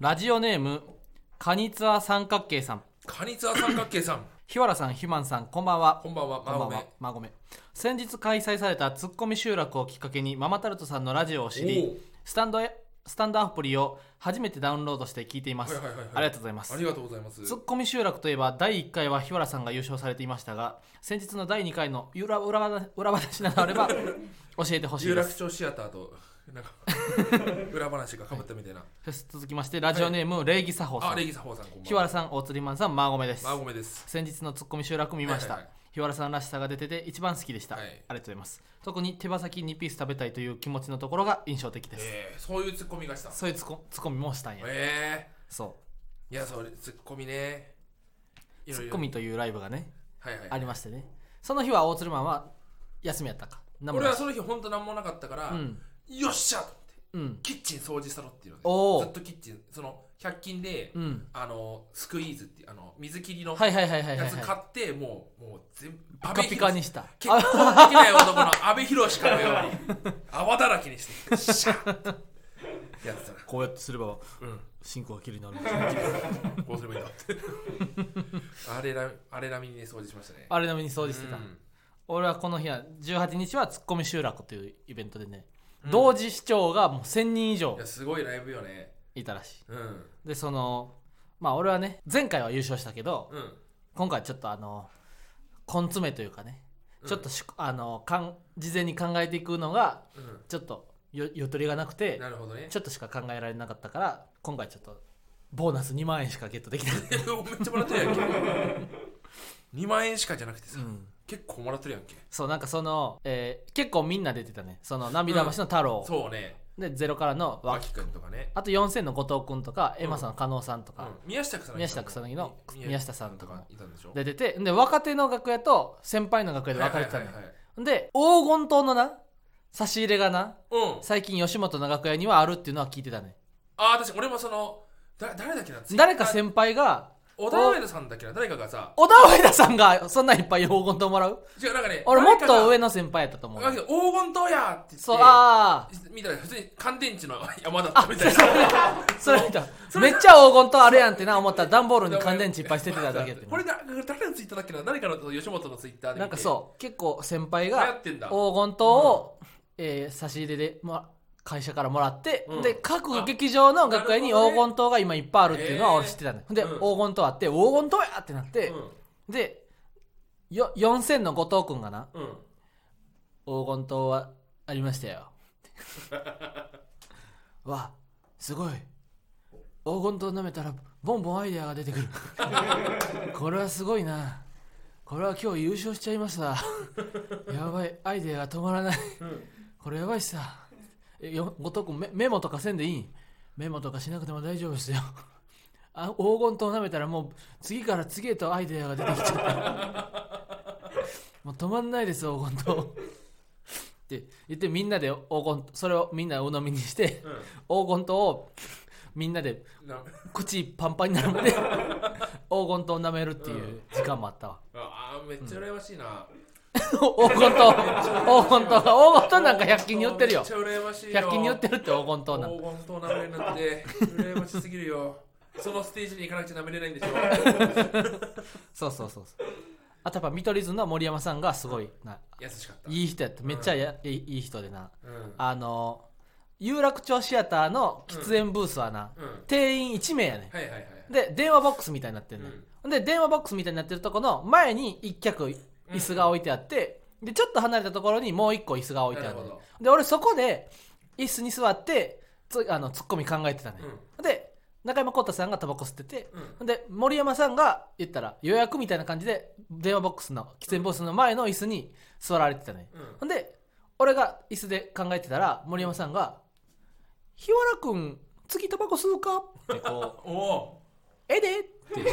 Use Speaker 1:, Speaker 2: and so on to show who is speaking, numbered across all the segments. Speaker 1: ラジオネームカニツア三角形さん
Speaker 2: カニツア三角 形さん
Speaker 1: 日原さんひまんさんこんばんは
Speaker 2: こんばんは
Speaker 1: こんばんはまごめ先日開催されたツッコミ集落をきっかけにママタルトさんのラジオを知りスタンドへスタンドアプリを初めてダウンロードして聞いています、
Speaker 2: はいはいはいはい
Speaker 1: ありがとうございま
Speaker 2: あ
Speaker 1: す
Speaker 2: りがとうございます
Speaker 1: ツッコミ集落といえば第1回は日原さんが優勝されていましたが先日の第2回の裏裏話裏話などあ れば教えてほし
Speaker 2: 有
Speaker 1: いで
Speaker 2: 楽
Speaker 1: す
Speaker 2: 町シアターとなんか 裏話がかぶったみたいな
Speaker 1: そして続きましてラジオネーム、礼儀作法さ
Speaker 2: あ
Speaker 1: ん
Speaker 2: 礼儀作法さんこんば
Speaker 1: 日
Speaker 2: んは
Speaker 1: 原さん大釣りマンさんマーゴメです、
Speaker 2: あごめんです
Speaker 1: 先日のツッコミ集落見ました、
Speaker 2: はいはいは
Speaker 1: 日原さんらしさが出てて一番好きでした、
Speaker 2: はい
Speaker 1: ありがとうございます特に手羽先2ピース食べたいという気持ちのところが印象的です、
Speaker 2: えー、そういうツッコミがした
Speaker 1: そういうツッコツッコミもしたんや、
Speaker 2: え
Speaker 1: そ
Speaker 2: ー、いやそれツッコミねいうろ
Speaker 1: ツ
Speaker 2: い
Speaker 1: ッ
Speaker 2: ろ
Speaker 1: コミというライブがね
Speaker 2: はいはい
Speaker 1: ありましてねその日は大鶴マンは休みやったか何も
Speaker 2: 俺
Speaker 1: な
Speaker 2: はいその日本当なんもなかったから、
Speaker 1: うん
Speaker 2: よっしゃと思って
Speaker 1: うん
Speaker 2: キッチン掃除したろっていう
Speaker 1: おー
Speaker 2: のでずっとキッチンその100均で、
Speaker 1: うん
Speaker 2: あのスクイーズっていうあの水切りの
Speaker 1: は
Speaker 2: や
Speaker 1: いはいはいはいはい、
Speaker 2: つ
Speaker 1: は
Speaker 2: 買って、もうもう全部
Speaker 1: い、ピカピカに
Speaker 2: し
Speaker 1: した
Speaker 2: 結
Speaker 1: あ
Speaker 2: 婚できない男の阿部寛かのように泡だらけにしてシャッてやってたら
Speaker 1: こうやってすれば
Speaker 2: うん
Speaker 1: 進行がきれいになるんですね
Speaker 2: こうすればいいんだってあれらあれ並みにね掃除しましたね
Speaker 1: あれなみに掃除してた、
Speaker 2: うん
Speaker 1: 俺はこの日は18日はツッコミ集落というイベントでね、同時視聴がもう1000人以上
Speaker 2: いやすごいライブよね
Speaker 1: いたらしい
Speaker 2: うん
Speaker 1: でそのまあ俺はね前回は優勝したけど、
Speaker 2: うん
Speaker 1: 今回ちょっとあの根詰めというかねちょっとし、あのかん事前に考えていくのが
Speaker 2: う
Speaker 1: ちょっとよゆとりがなくて
Speaker 2: んなるほどね
Speaker 1: ちょっとしか考えられなかったから今回ちょっとボーナス2万円しかゲットできなかっ
Speaker 2: めっちゃもらってるやんけ2万円しかじゃなくてさ、
Speaker 1: た、うん
Speaker 2: 結構もらってるやんけ
Speaker 1: そうなんかその、えー結構みんな出てたねその涙橋の太郎、
Speaker 2: そうね
Speaker 1: でゼロからのわ
Speaker 2: 脇くんとかね、
Speaker 1: あと4000の後藤君とかエマさんの加納さんと
Speaker 2: う
Speaker 1: か、
Speaker 2: ん、宮下草薙
Speaker 1: 宮下草薙の
Speaker 2: み
Speaker 1: 宮下さんとかも
Speaker 2: いたんでしょ
Speaker 1: で出てで若手の楽屋と先輩の楽屋で分かれてたのよ、
Speaker 2: はいはいはい
Speaker 1: で黄金刀のな差し入れがな
Speaker 2: はいうん
Speaker 1: 最近吉本の楽屋にはあるっていうのは聞いてたね
Speaker 2: ああ確かに俺もそのだ誰だっけな
Speaker 1: 誰か
Speaker 2: Twitter
Speaker 1: 先輩が
Speaker 2: 小田上田さんだっけな誰かがさ
Speaker 1: 小田上田さんがそんないっぱい黄金刀もらう
Speaker 2: 違うなんかね
Speaker 1: 俺もっと上
Speaker 2: の
Speaker 1: の先輩やったと思う
Speaker 2: 黄金刀やって言って
Speaker 1: そうああ
Speaker 2: 見たら普通に乾電池の山だったみたいな
Speaker 1: それ見ためっちゃ黄金刀あるやんってな思ったら段ボールに乾電池いっぱい捨ててただけやって
Speaker 2: これだ誰のツイッターだっけな誰かの吉本のツイッターで見て
Speaker 1: なんかそう結構先輩
Speaker 2: 流行
Speaker 1: が
Speaker 2: ってんだ
Speaker 1: 黄金刀を、えー差し入れで、ま、会社からもらって、
Speaker 2: うん
Speaker 1: で各劇場の楽屋に
Speaker 2: なるほど
Speaker 1: 黄
Speaker 2: ね
Speaker 1: 金刀が今いっぱいあるっていうのは俺知ってたね、
Speaker 2: へー
Speaker 1: で、
Speaker 2: うん
Speaker 1: 黄金刀あって黄金刀やってなって、でよ4000の後藤君がな
Speaker 2: うんうん
Speaker 1: 黄金刀はありましたよわすごい黄金刀舐めたらボンボンアイデアが出てくるこれはすごいなこれは今日優勝しちゃいましたやばいアイデアが止まらないこれやばいっすさえよ後藤君メメモとかせんでいいメモとかしなくても大丈夫ですよあ黄金刀舐めたらもう次から次へとアイデアが出てきちゃったもう止まんないです黄金刀って言ってみんなで黄金それをみんな鵜呑みにして
Speaker 2: うん
Speaker 1: 黄金刀をみんなで
Speaker 2: うんな
Speaker 1: 口パンパンになるまで 黄金刀を舐めるっていう時間もあったわ
Speaker 2: あーめっちゃ羨ましいな
Speaker 1: 黄金刀黄金刀黄金刀なんか100均に売ってるよ
Speaker 2: めっちゃ羨ましいよ
Speaker 1: 100均に売ってるって黄金刀
Speaker 2: 黄
Speaker 1: なんか
Speaker 2: 金刀舐めれなくて羨ましすぎるよそのステージに行かなくちゃ舐めれないんでしょ
Speaker 1: そうそうそうそうあとやっぱ見取り図の森山さんがすごいな
Speaker 2: 優 しかった
Speaker 1: いい人やっためっちゃや、いいい人でな
Speaker 2: うん
Speaker 1: あの有楽町シアターの喫煙ブースはな、
Speaker 2: うん
Speaker 1: 定員1名やね
Speaker 2: はいはいはい
Speaker 1: んで電話ボックスみたいになってるね、ん、で電話ボックスみたいになってるとこの前に1脚椅子が置いてあって、でちょっと離れたところにもう1個椅子が置いてあるね
Speaker 2: なるほ
Speaker 1: で俺そこで椅子に座ってつあのツッコミ考えてたね、で中山浩太さんがタバコ吸ってて、で森山さんが言ったら予約みたいな感じで電話ボックスの喫煙ボックスの前の椅子に座られてたね、ほんで俺が椅子で考えてたら森山さんが「日原君次タバコ吸うか?」ってこう
Speaker 2: おお
Speaker 1: 「ええで?」って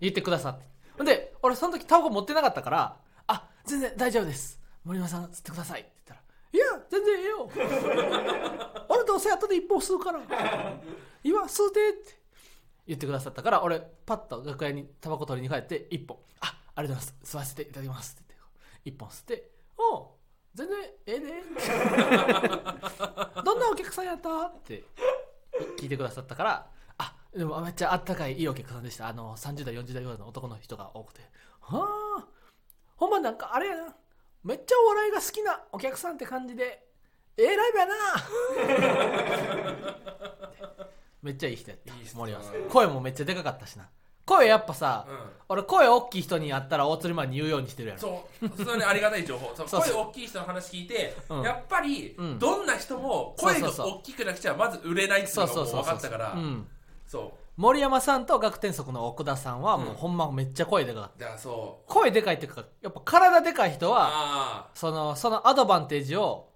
Speaker 1: 言ってくださってほんで俺その時タバコ持ってなかったから「あ全然大丈夫です森山さん吸ってください」って言ったら「いや全然ええよ 俺どうせ後で一本吸うから 今吸うて」って言ってくださったから俺パッと楽屋にタバコ取りに帰って一本「あありがとうございます吸わせていただきます」って言って一本吸って「おう全然ええね」 どんなお客さんやった?」って聞いてくださったからでもめっちゃあったかいいいお客さんでしたあの30代40代ぐらいの男の人が多くてはあほんまなんかあれやなめっちゃお笑いが好きなお客さんって感じでええライブやな めっちゃいい人やった
Speaker 2: いいっすね
Speaker 1: 森山さん声もめっちゃでかかったしな声やっぱさ、
Speaker 2: う
Speaker 1: 俺声大きい人に会ったら大鶴マンに言うようにしてるや
Speaker 2: ん、
Speaker 1: ろ
Speaker 2: そうそれありがたい情報その
Speaker 1: そうそう
Speaker 2: 声大きい人の話聞いて、
Speaker 1: うん
Speaker 2: やっぱり、
Speaker 1: うん
Speaker 2: どんな人も声が
Speaker 1: そうそうそう
Speaker 2: 大きくなくちゃまず売れないっていう
Speaker 1: そう
Speaker 2: の
Speaker 1: そ
Speaker 2: がも
Speaker 1: う
Speaker 2: う
Speaker 1: そう
Speaker 2: 分
Speaker 1: そ
Speaker 2: か
Speaker 1: う
Speaker 2: ったから
Speaker 1: うん、
Speaker 2: そ
Speaker 1: 森山さんと学天足の奥田さんはもうほんまめっちゃ声でかかった
Speaker 2: うだからそう
Speaker 1: 声でかいっていうかやっぱ体でかい人は
Speaker 2: ああ
Speaker 1: そのそのアドバンテージを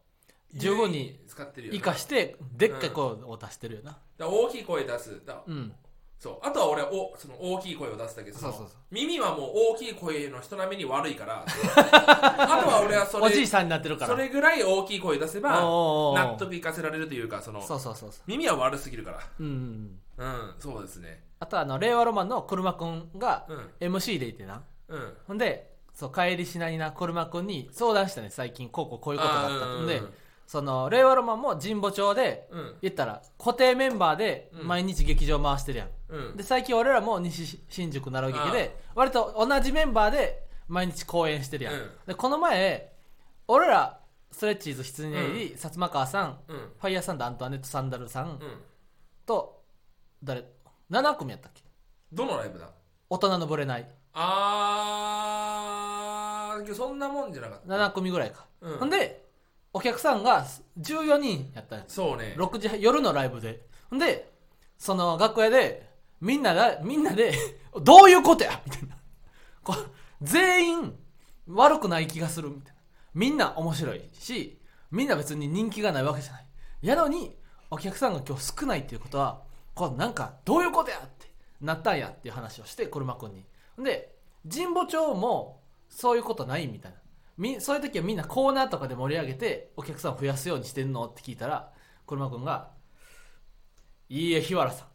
Speaker 1: 十分に
Speaker 2: 使ってるよな
Speaker 1: 生かしてでっかい声を出してるよな
Speaker 2: だから大きい声出すだ
Speaker 1: うん、
Speaker 2: そうあとは俺はおその大きい声を出すだけど
Speaker 1: そうそうそう
Speaker 2: 耳はもう大きい声の人並みに悪いからあとは俺はそれ
Speaker 1: おじいさんになってるから
Speaker 2: それぐらい大きい声出せば
Speaker 1: おー
Speaker 2: 納得いかせられるというかその
Speaker 1: そうそうそうそ
Speaker 2: 耳は悪すぎるか
Speaker 1: ううんうんうん
Speaker 2: らうんそうですね
Speaker 1: あとあの令和ロマンの車くんが
Speaker 2: うん
Speaker 1: MC でいてな
Speaker 2: うん
Speaker 1: ほんでそう帰りしないな車くんに相談したね最近こうこうこういうことがあった
Speaker 2: あー
Speaker 1: と
Speaker 2: うんん
Speaker 1: でその令和ロマンも神保町で
Speaker 2: うん
Speaker 1: 言ったら固定メンバーで
Speaker 2: うん
Speaker 1: 毎日劇場回してるやん、
Speaker 2: うん
Speaker 1: で最近俺らも西新宿奈良劇で割と同じメンバーで毎日公演してるやん、
Speaker 2: うん
Speaker 1: でこの前俺らストレッチーズ羊ネイリ薩摩川さん、
Speaker 2: うん
Speaker 1: ファイヤーサンダーアントワネット・サンダルさん
Speaker 2: うん
Speaker 1: と、誰7組やったっけ
Speaker 2: どのライブだ
Speaker 1: 大人のぶれない
Speaker 2: あーそんなもんじゃなかった
Speaker 1: 7組ぐらいか、
Speaker 2: うん
Speaker 1: ほんでお客さんが14人やったんや
Speaker 2: そうね
Speaker 1: 6時夜のライブでほんでその楽屋でみんなだみんなで どういうことやみたいなこう全員悪くない気がするみたいなみんな面白いしみんな別に人気がないわけじゃないやのにお客さんが今日少ないっていうことはこうなんかどういうことやってなったんやっていう話をして車くんにほんで神保町もそういうことないみたいなみそういう時はみんなコーナーとかで盛り上げてお客さんを増やすようにしてんのって聞いたら車くんが「いいえ日原さん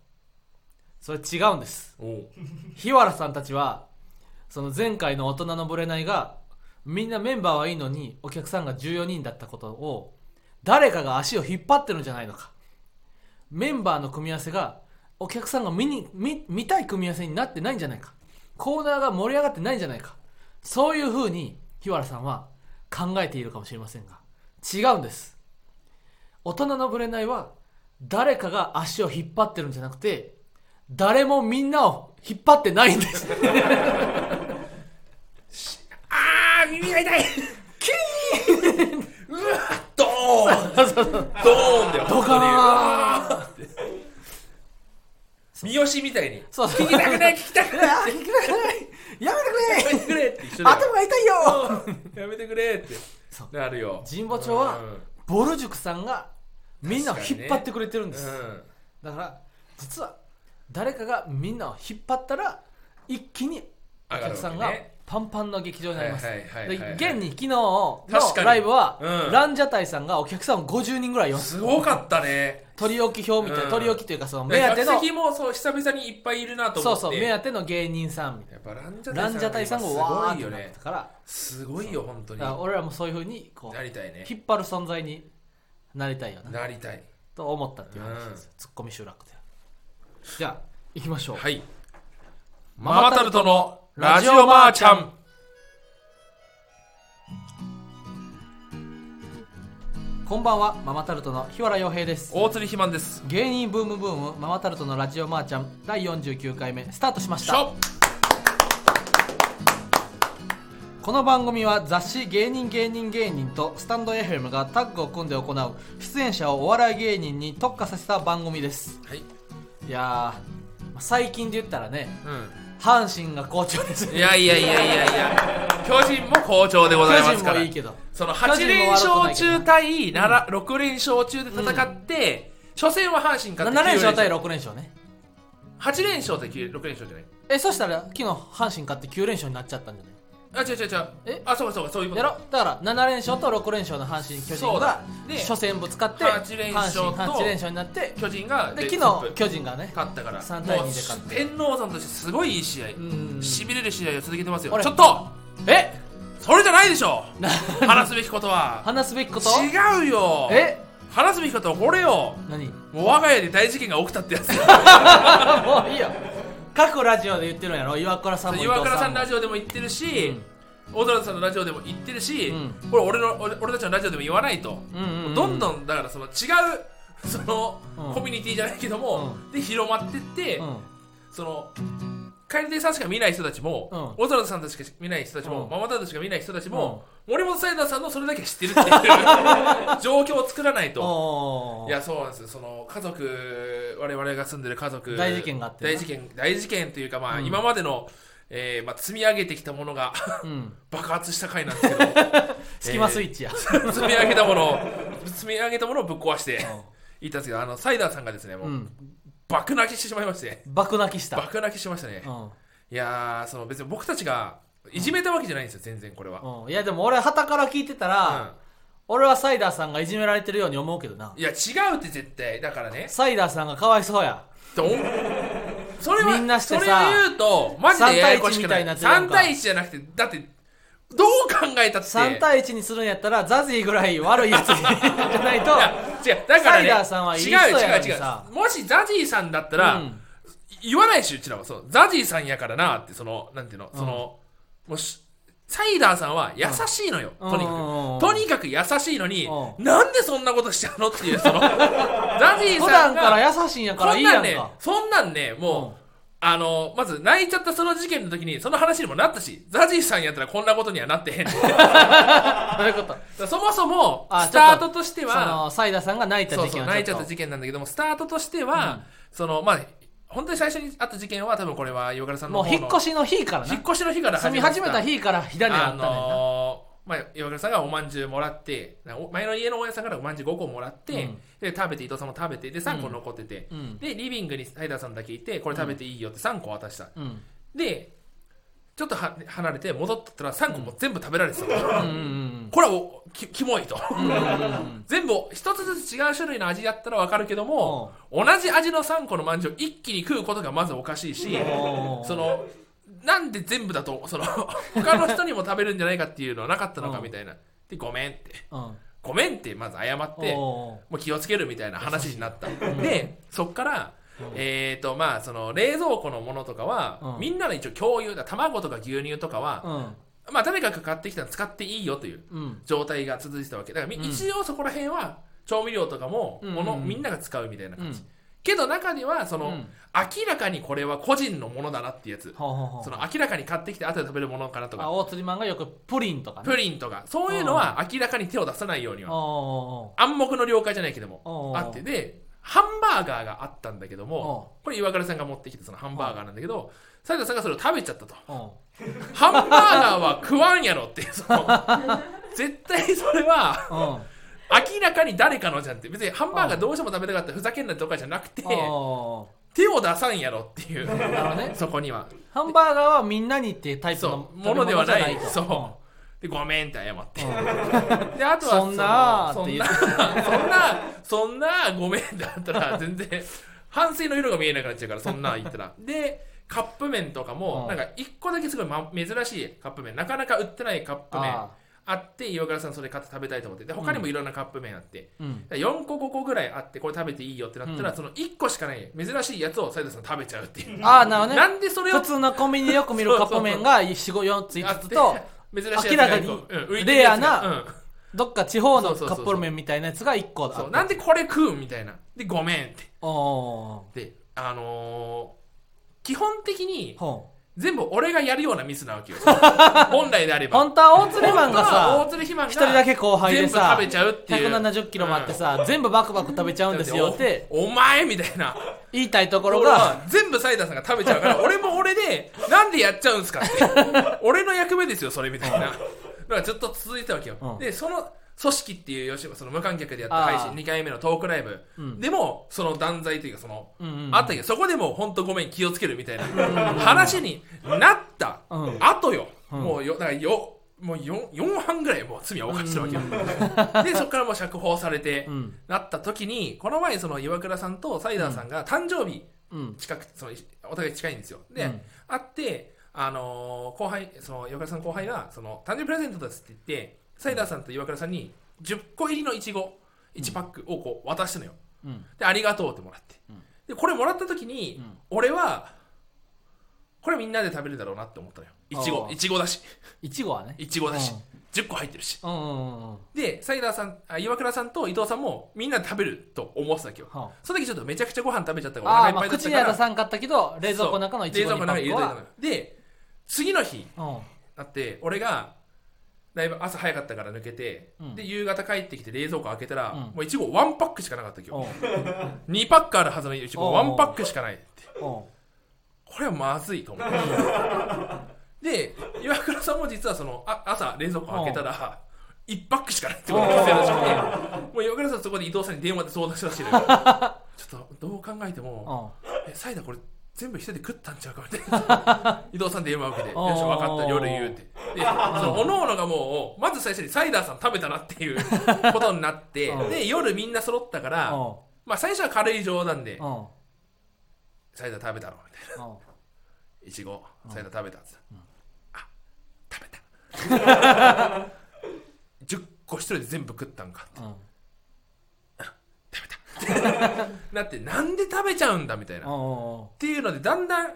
Speaker 1: それ違うんです
Speaker 2: おう
Speaker 1: 日原さんたちはその前回の大人のぶれないがみんなメンバーはいいのにお客さんが14人だったことを誰かが足を引っ張ってるんじゃないのかメンバーの組み合わせがお客さんが見に見見たい組み合わせになってないんじゃないかコーナーが盛り上がってないんじゃないかそういうふうに日原さんは考えているかもしれませんが違うんです大人のぶれないは誰かが足を引っ張ってるんじゃなくて誰もみんなを引っ張ってないんです
Speaker 2: あー耳が痛いキーンうわドーンドーンだ
Speaker 1: ド
Speaker 2: よ本当にう
Speaker 1: カ
Speaker 2: わーって三好みたいに
Speaker 1: そうそう
Speaker 2: 聞きたく ない聞きたくない
Speaker 1: 聞きたくないやめ
Speaker 2: や
Speaker 1: て
Speaker 2: め
Speaker 1: く
Speaker 2: てくれって一緒
Speaker 1: れ
Speaker 2: だよ
Speaker 1: 頭が痛い よ
Speaker 2: やめてくれって
Speaker 1: そう
Speaker 2: なるよ
Speaker 1: 神保町は
Speaker 2: うん
Speaker 1: ボル塾さんがみんなを引っ張ってくれてるんです、
Speaker 2: うん
Speaker 1: だから実は誰かがみんなを引っ張ったら一気にお客さん
Speaker 2: 上
Speaker 1: が
Speaker 2: がるわけね
Speaker 1: パンパンの劇場になります
Speaker 2: はいはいは
Speaker 1: で
Speaker 2: いはいはい
Speaker 1: 現に昨日の
Speaker 2: 確かに
Speaker 1: ライブは、
Speaker 2: うん
Speaker 1: ランジャタイさんがお客さんを50人ぐらい呼んです
Speaker 2: ごかったね
Speaker 1: 取り置き表みたいな、
Speaker 2: うん
Speaker 1: 取り置きというかその目当て
Speaker 2: 客
Speaker 1: の
Speaker 2: 席もそう久々にいっぱいいるなと思
Speaker 1: そう
Speaker 2: って
Speaker 1: そう目当ての芸人さんみたい
Speaker 2: やっぱランジャ
Speaker 1: なランジャタイさんが
Speaker 2: が
Speaker 1: わー
Speaker 2: すごい
Speaker 1: ってな
Speaker 2: よ
Speaker 1: っ
Speaker 2: ね
Speaker 1: たから
Speaker 2: すごいよ本当に
Speaker 1: だから俺らもそういうふうにこ
Speaker 2: な
Speaker 1: う
Speaker 2: りたいね
Speaker 1: 引っ張る存在になりたいよな
Speaker 2: なりたい
Speaker 1: と思ったっていう話ですよ、ツッコミ集落でじゃあ行きましょう、
Speaker 2: はいママタルトのラジオマーちゃん
Speaker 1: こんばんはママタルトの日原洋平です
Speaker 2: 大釣り肥満です
Speaker 1: 芸人ブームブームママタルトのラジオマーちゃん第49回目スタートしまし
Speaker 2: シ
Speaker 1: た
Speaker 2: ョ
Speaker 1: この番組は雑誌「芸人芸人芸人」とスタンド FM がタッグを組んで行う出演者をお笑い芸人に特化させた番組です
Speaker 2: はい
Speaker 1: いやーまあ最近で言ったらね
Speaker 2: う
Speaker 1: 阪神が好調です
Speaker 2: んいやいやいやいやいや巨人も好調でございま
Speaker 1: 巨
Speaker 2: す
Speaker 1: 人
Speaker 2: か
Speaker 1: も
Speaker 2: ら
Speaker 1: いいけど
Speaker 2: その
Speaker 1: 巨
Speaker 2: 8
Speaker 1: 人も
Speaker 2: 連
Speaker 1: 悪くな
Speaker 2: 勝
Speaker 1: いけど
Speaker 2: 中対なら6連勝中で戦って、初戦は阪神勝
Speaker 1: 7
Speaker 2: って
Speaker 1: 連勝対
Speaker 2: 6
Speaker 1: 6連勝ね
Speaker 2: 八連勝対9 6連勝じゃない
Speaker 1: えそしたら昨日阪神勝って9連勝になっちゃったんじゃない
Speaker 2: あ違う違う違う
Speaker 1: え
Speaker 2: あそうかそうかそういうこと
Speaker 1: やろだから7連勝と6連勝の阪神巨
Speaker 2: そ
Speaker 1: 人
Speaker 2: うだ
Speaker 1: が
Speaker 2: で
Speaker 1: 初戦ぶつかって
Speaker 2: 8連勝と
Speaker 1: 阪神8連勝になって
Speaker 2: 巨人が
Speaker 1: で
Speaker 2: レッ
Speaker 1: 昨
Speaker 2: ドカッ
Speaker 1: 日
Speaker 2: プ
Speaker 1: 巨人がね
Speaker 2: 勝ったから
Speaker 1: 3対2で勝っ
Speaker 2: もう
Speaker 1: て
Speaker 2: 天皇さんとしてすごいいい試合
Speaker 1: ん
Speaker 2: しびれる試合を続けてますよ
Speaker 1: あれ
Speaker 2: ちょっと
Speaker 1: え
Speaker 2: それじゃないでしょ
Speaker 1: な
Speaker 2: 話すべきことは
Speaker 1: 話すべきこと
Speaker 2: 違うよ
Speaker 1: え
Speaker 2: 話すべきことはこれよ
Speaker 1: 何
Speaker 2: もう我が家で大事件が起きたってや つ
Speaker 1: あもういいよ各ラジオで言ってるんやろ岩倉さんも伊藤
Speaker 2: 岩倉さんラ
Speaker 1: ジ
Speaker 2: ジオでも言ってるし、大空さんのラジオでも言ってるし、
Speaker 1: うん
Speaker 2: これ俺の俺俺たちのラジオでも言わないと、
Speaker 1: オ、うんうんうん、
Speaker 2: どん
Speaker 1: ん
Speaker 2: どんだからその違う その、
Speaker 1: うん
Speaker 2: コミュニティじゃないけども、
Speaker 1: う
Speaker 2: で広まってって、
Speaker 1: うん
Speaker 2: その帰り手さんしか見ない人たちも、
Speaker 1: う
Speaker 2: 大空さんたちしか見ない人たちも、
Speaker 1: うん
Speaker 2: ママタルトしか見ない人たちも、森本サイダーさんのそれだけ知ってるっ ていう状況を作らないと。
Speaker 1: おー
Speaker 2: いやそうなんですよその家族我々が住んでる家族
Speaker 1: 大事件があってな
Speaker 2: 大事件大事件というかまあ、
Speaker 1: うん
Speaker 2: 今までの、えーまあ、積み上げてきたものが
Speaker 1: うん
Speaker 2: 爆発した回なんですけ ど
Speaker 1: スキマスイッチや、
Speaker 2: 積み上げたものを積み上げたものをぶっ壊して言ったんですけどあのサイダーさんがですねもう、
Speaker 1: うん
Speaker 2: 爆泣きしてしまいまして
Speaker 1: 爆泣きした
Speaker 2: 爆泣きしましたね、
Speaker 1: うん
Speaker 2: いやーその別に僕たちがいじめたわけじゃないんですよ全然これは、
Speaker 1: うん、いやでも俺はたから聞いてたら、俺はサイダーさんがいじめられてるように思うけどな
Speaker 2: うんいや違うって絶対だからね
Speaker 1: サイダーさんがかわいそうや
Speaker 2: どんそれは
Speaker 1: みんなしてさ
Speaker 2: それ言うとマジでややこしくな
Speaker 1: 3対1みたいに
Speaker 2: い
Speaker 1: なってるやん
Speaker 2: 3
Speaker 1: か
Speaker 2: 対1じゃなくてだってどう考えたって
Speaker 1: 3対1にするんやったらザズィぐらい悪いやつじゃないと
Speaker 2: いや違うだか
Speaker 1: サ
Speaker 2: ら、ね、
Speaker 1: イダーさんはいい人やのに
Speaker 2: 違う違う
Speaker 1: さ
Speaker 2: 違うもしザジーさんだったら、
Speaker 1: うん
Speaker 2: 言わないしうちらはそうザジーさんやからなってそのなんていうの、そのもうしサイダーさんは優しいのよ、
Speaker 1: うん
Speaker 2: とに
Speaker 1: うんうんう
Speaker 2: か
Speaker 1: ん
Speaker 2: くとにかく優しいのに、
Speaker 1: う
Speaker 2: なんでそんなことしちゃうのっていう そのザジー
Speaker 1: 普
Speaker 2: さ
Speaker 1: 段
Speaker 2: んが
Speaker 1: から優しいんやからいいやん
Speaker 2: そんなんね
Speaker 1: か
Speaker 2: そんなんねもう、あのまず泣いちゃったその事件の時にその話にもなったしザジーさんやったらこんなことには なってへんだか
Speaker 1: どういうこと
Speaker 2: らそもそも
Speaker 1: あ
Speaker 2: スタートとして
Speaker 1: そ
Speaker 2: は
Speaker 1: のサイダーさんが泣いた
Speaker 2: そう
Speaker 1: 事
Speaker 2: そ
Speaker 1: 件
Speaker 2: う
Speaker 1: は
Speaker 2: 泣いち
Speaker 1: ち
Speaker 2: ゃ
Speaker 1: ょ
Speaker 2: っ
Speaker 1: ったと
Speaker 2: 事件なんだけどもスタートとしては、そのまあ本当に最初にあった事件は多分これは岩倉さん
Speaker 1: も
Speaker 2: の
Speaker 1: う
Speaker 2: 方の
Speaker 1: 引っ越しの日からな
Speaker 2: 引っ越しの日から
Speaker 1: 住み
Speaker 2: まっ
Speaker 1: 始めた日から火種があっ
Speaker 2: あ
Speaker 1: たねんな、
Speaker 2: のーまあ、岩倉さんがおまんじゅうもらってなお前の家の親さんからおまんじゅう5個もらって、
Speaker 1: うん
Speaker 2: で食べて伊藤さんも食べてで3個残ってて、
Speaker 1: うん
Speaker 2: でリビングにサイダーさんだけいてこれ食べていいよって3個渡した、
Speaker 1: うん
Speaker 2: でちょっとは離れて戻ってったら3個も全部食べられてた、
Speaker 1: うんうん
Speaker 2: これはおきキモいと、
Speaker 1: うんうん
Speaker 2: 全部一つずつ違う種類の味だったらわかるけど
Speaker 1: お
Speaker 2: も同じ味の3個のまんじゅうを一気に食うことがまずおかしいし
Speaker 1: おー
Speaker 2: そのなんで全部だとその他の人にも食べるんじゃないかっていうのはなかったのか
Speaker 1: うん
Speaker 2: みたいなでごめんって
Speaker 1: うん
Speaker 2: ごめんってまず謝っても
Speaker 1: おー
Speaker 2: う気をつけるみたいな話になったでそっからえーとまあその冷蔵庫のものとかは
Speaker 1: うん
Speaker 2: みんなの一応共有だ卵とか牛乳とかは
Speaker 1: うん
Speaker 2: まあ誰かが買ってきたら使っていいよという
Speaker 1: うん
Speaker 2: 状態が続いてたわけだからみ、
Speaker 1: うん
Speaker 2: 一応そこら辺は調味料とかも
Speaker 1: うん
Speaker 2: もの、
Speaker 1: うん
Speaker 2: みんなが使うみたい
Speaker 1: う
Speaker 2: な感じ、
Speaker 1: ん
Speaker 2: けど中にはその、
Speaker 1: うん
Speaker 2: 明らかにこれは個人のものだなっていうやつ、
Speaker 1: ほうほうほう
Speaker 2: その明らかに買ってきて後で食べるものかなと
Speaker 1: あ
Speaker 2: か
Speaker 1: 大釣りマンがよくプリンとかね
Speaker 2: プリンとかそういうのは明らかに手を出さないようには
Speaker 1: お
Speaker 2: 暗黙の了解じゃないけども
Speaker 1: ーおーおー
Speaker 2: あってでハンバーガーがあったんだけど
Speaker 1: おう
Speaker 2: もこれ岩倉さんが持ってきたそのハンバーガーなんだけど斉藤さんがそれを食べちゃったと
Speaker 1: うん
Speaker 2: ハンバーガーは食わんやろっていうそ の絶対それは
Speaker 1: うん
Speaker 2: 明らかに誰かのじゃんって別にハンバーガーどうしても食べたかったらふざけんなとかじゃなくて
Speaker 1: お
Speaker 2: 手を出さんやろってい
Speaker 1: ー
Speaker 2: う
Speaker 1: なるほどね
Speaker 2: そこには
Speaker 1: ハンバーガーはみんなにっていうタイプの
Speaker 2: そ
Speaker 1: 食
Speaker 2: う
Speaker 1: べ
Speaker 2: ものではない
Speaker 1: 物じゃと
Speaker 2: そうでごめんって謝って
Speaker 1: うん
Speaker 2: であとは
Speaker 1: そんなー
Speaker 2: そ
Speaker 1: っ
Speaker 2: の
Speaker 1: て
Speaker 2: そん
Speaker 1: 言
Speaker 2: な
Speaker 1: う
Speaker 2: そんなそんなごめんだったら全然反省の色が見えなくなっちゃうからそんなん言ったらでカップ麺とかも
Speaker 1: う
Speaker 2: なんんか一個だけすごい、ま、珍しいカップ麺なかなか売ってないカップ麺
Speaker 1: あ
Speaker 2: あって岩倉さんそれ買って食べたいと思ってで他にもいろんなカップ麺あって、
Speaker 1: ーうん
Speaker 2: 4個5個ぐらいあってこれ食べていいよってなったら、
Speaker 1: うん
Speaker 2: その1個しかない珍しいやつを斉藤さん食べちゃうっていう、
Speaker 1: あーなるほどね
Speaker 2: なんでそれを
Speaker 1: 普通のコンビニでよく見るカップ麺が4つ5つと
Speaker 2: 珍しいやつが
Speaker 1: 明らかに
Speaker 2: 一個うん浮いてるやつが
Speaker 1: レアな
Speaker 2: うん
Speaker 1: どっか地方
Speaker 2: そ
Speaker 1: の
Speaker 2: うそう
Speaker 1: カ
Speaker 2: そうそう
Speaker 1: ップ麺みたいなやつが1個あ
Speaker 2: そ
Speaker 1: っ
Speaker 2: う
Speaker 1: た
Speaker 2: なんでこれ食うみたいなでごめんって
Speaker 1: お
Speaker 2: であのー基本的
Speaker 1: ー
Speaker 2: に
Speaker 1: ほ
Speaker 2: 全部俺がやるようなミスなわけよ 本来であれ
Speaker 1: う
Speaker 2: ば
Speaker 1: 本当は大釣りマンが
Speaker 2: 本当は大
Speaker 1: さ
Speaker 2: 鶴肥満が
Speaker 1: 一人だけ後輩でさ
Speaker 2: 全部食べちゃうっていう
Speaker 1: 170キロもあってさ全部バクバク食べちゃうんですよって
Speaker 2: おお前みたいな
Speaker 1: 言いたいとこ
Speaker 2: と
Speaker 1: ろ
Speaker 2: ころ
Speaker 1: が
Speaker 2: が全部サイダーさんが食べちゃうから俺も 俺でなんでやっちゃうんすかって俺の役目ですよそれみ たいなだからずっと続いてたわけよ、
Speaker 1: うん
Speaker 2: でその組織っていう吉その無観客でやった配
Speaker 1: あ
Speaker 2: 信
Speaker 1: ー
Speaker 2: 2回目のトークライブ、
Speaker 1: うん
Speaker 2: でもその断罪というかその、
Speaker 1: うんうんうん
Speaker 2: あったけどそこでもう本当ごめん気をつけるみたいな話になった
Speaker 1: うん
Speaker 2: 後よ、
Speaker 1: うん
Speaker 2: もうよだからよもう 4, 4班ぐらいもう罪を犯してるわけよ、 でそこからもう釈放されて、
Speaker 1: うん
Speaker 2: なった時にこの前その岩倉さんとサイダーさんが誕生日、
Speaker 1: うん
Speaker 2: 近くそのお互い近いんですよで、
Speaker 1: うん
Speaker 2: 会って、あのー後輩その岩倉さんの後輩がその誕生日プレゼントですって言ってサイダーさんと岩倉さんに10個入りのいちご1パックをこう渡したのよ
Speaker 1: うん
Speaker 2: でありがとうってもらって、
Speaker 1: うん
Speaker 2: でこれもらった時に、
Speaker 1: うん
Speaker 2: 俺はこれみんなで食べるだろうなって思ったのよいちご
Speaker 1: あー
Speaker 2: いちごだし
Speaker 1: いちごはね
Speaker 2: いちごだし、
Speaker 1: うん
Speaker 2: 10個入ってるし
Speaker 1: うんうんうんうん
Speaker 2: でサイダーさんあ岩倉さんと伊藤さんもみんなで食べると思ってたわけど、
Speaker 1: は
Speaker 2: その時ちょっとめちゃくちゃご飯食べちゃったからお
Speaker 1: ああ
Speaker 2: 腹
Speaker 1: ーま
Speaker 2: い
Speaker 1: あ
Speaker 2: っぱいだ
Speaker 1: 口
Speaker 2: っ
Speaker 1: に
Speaker 2: た
Speaker 1: は出
Speaker 2: から
Speaker 1: さんかったけど冷蔵庫の中のいち
Speaker 2: 冷
Speaker 1: ご
Speaker 2: 蔵庫
Speaker 1: に
Speaker 2: の
Speaker 1: パッ
Speaker 2: 中に入れ
Speaker 1: ク
Speaker 2: といたの
Speaker 1: は
Speaker 2: よで次の日
Speaker 1: うん
Speaker 2: なって俺がだいぶ朝早かったから抜けて、
Speaker 1: うん
Speaker 2: で夕方帰ってきて冷蔵庫開けたら、
Speaker 1: うん
Speaker 2: もういちご1パックしかなかった今
Speaker 1: う
Speaker 2: 日
Speaker 1: ん
Speaker 2: 2パックあるはずのいちご
Speaker 1: おうおう
Speaker 2: 1パックしかないって
Speaker 1: うん
Speaker 2: これはまずいと 思ってで岩倉さんも実はそのあ朝冷蔵庫開けたら1パックしかないってことに気づいたらしくてもう岩倉さんそこで伊藤さんに電話で相談したらしい のよちょっとどう考えても
Speaker 1: うん
Speaker 2: えサイダーこれ全部一人で食ったんちゃうかみたいな 伊藤さん電話を受けて「よし
Speaker 1: おー
Speaker 2: 分かった夜言う」ってでそのおのおのがもうまず最初にサイダーさん食べたなって いうことになって
Speaker 1: うん
Speaker 2: で夜みんな揃ったから
Speaker 1: うん
Speaker 2: まあ最初は軽い冗談で
Speaker 1: うんうん
Speaker 2: 「サイダー食べたろ」みたいな「いちごサイダー食べた」っつったらあ食べた」10個一人で全部食ったんか
Speaker 1: うん
Speaker 2: なってなんで食べちゃうんだみたいなっ
Speaker 1: うん
Speaker 2: ていうのでだんだん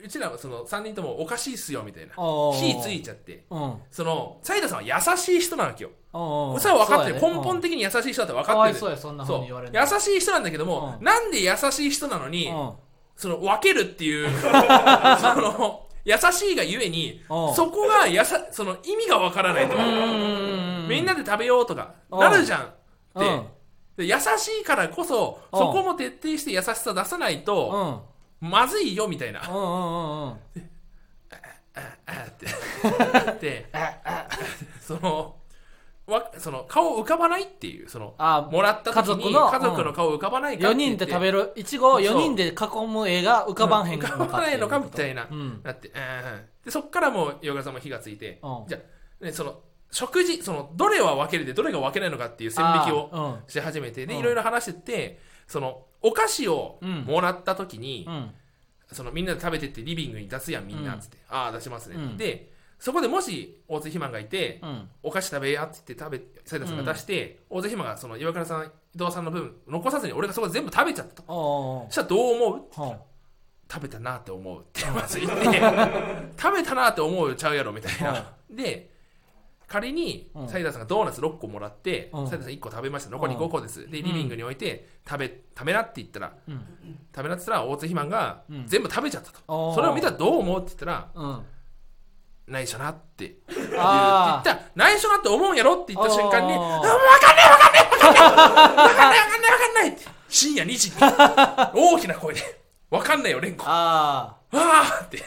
Speaker 2: うちらはその3人ともおかしいっすよみたいな
Speaker 1: おー
Speaker 2: 火ついちゃって
Speaker 1: うんうん
Speaker 2: そのサイダさんは優しい人なわけよ。
Speaker 1: うんうん
Speaker 2: それは分かってる、
Speaker 1: そうやね
Speaker 2: 根本的に優しい人だって分
Speaker 1: か
Speaker 2: か
Speaker 1: わ
Speaker 2: っ
Speaker 1: い
Speaker 2: て
Speaker 1: そう
Speaker 2: る。
Speaker 1: やそんなふう
Speaker 2: そ
Speaker 1: に言わ
Speaker 2: う
Speaker 1: れるの
Speaker 2: 優しい人なんだけども、
Speaker 1: うん
Speaker 2: なんで優しい人なのに、
Speaker 1: うん
Speaker 2: その分けるっていうその優しいがゆえに、
Speaker 1: うん
Speaker 2: そこがやさその意味が分からないと、
Speaker 1: うん
Speaker 2: みんなで食べようとか、
Speaker 1: うん
Speaker 2: なるじゃんって、
Speaker 1: うん
Speaker 2: で優しいからこそ、
Speaker 1: うん
Speaker 2: そこも徹底して優しさ出さない
Speaker 1: うんう
Speaker 2: と、
Speaker 1: ん
Speaker 2: まずいよみたいな、
Speaker 1: うんうんうん
Speaker 2: あーってなってそのわその顔浮かばないっていうその
Speaker 1: あ
Speaker 2: もらった時に
Speaker 1: 家族
Speaker 2: 家
Speaker 1: の
Speaker 2: 族の顔浮かばないか
Speaker 1: 4
Speaker 2: って言
Speaker 1: 人
Speaker 2: って
Speaker 1: で食べるいちごを4人で囲む絵が浮かばんへんのか
Speaker 2: 浮かばないのかみたいな、
Speaker 1: うん
Speaker 2: なって、うんでそっからもう岩倉さんも火がついて、
Speaker 1: うん
Speaker 2: じゃあ、ね、その食事そのどれは分けるでどれが分けないのかっていう線引きを
Speaker 1: を
Speaker 2: し始めてで、
Speaker 1: うん
Speaker 2: いろいろ話してってそのお菓子を
Speaker 1: うん
Speaker 2: もらった時に、
Speaker 1: うん
Speaker 2: そのみんなで食べてってリビングに出すやんみんな
Speaker 1: うん
Speaker 2: っつって、ああ出しますね、
Speaker 1: うん
Speaker 2: でそこでもし大津肥満がいて、
Speaker 1: うん
Speaker 2: お菓子食べやって言って食べ斉田さんが出して、大勢ひまがその岩倉さん伊藤さんの分残さずに俺がそこで全部食べちゃったと
Speaker 1: おお
Speaker 2: そしたらどう思う
Speaker 1: お
Speaker 2: 食べたなって思うってまず言って食べたなって思うちゃうやろみたいな、で仮に
Speaker 1: うん
Speaker 2: 斉田さんがドーナツ6個もらって
Speaker 1: うん
Speaker 2: 斉田さん1個食べました残り
Speaker 1: うん
Speaker 2: 5個ですでリビングに置いて食べ食べなって言ったら
Speaker 1: うん
Speaker 2: 食べなって言ったら大津肥満が
Speaker 1: うん
Speaker 2: 全部食べちゃったと、
Speaker 1: おー
Speaker 2: それを見たらどう思うって言ったら
Speaker 1: うん
Speaker 2: 内緒なって
Speaker 1: あ
Speaker 2: 言ったら内緒だって思うんやろって言った瞬間に「
Speaker 1: あー
Speaker 2: あもう分かんない分かんない分かんない分かんない分かんない分かんない」って深夜2時に 大きな声で「分かんないよ蓮子」わ
Speaker 1: あ
Speaker 2: あ」って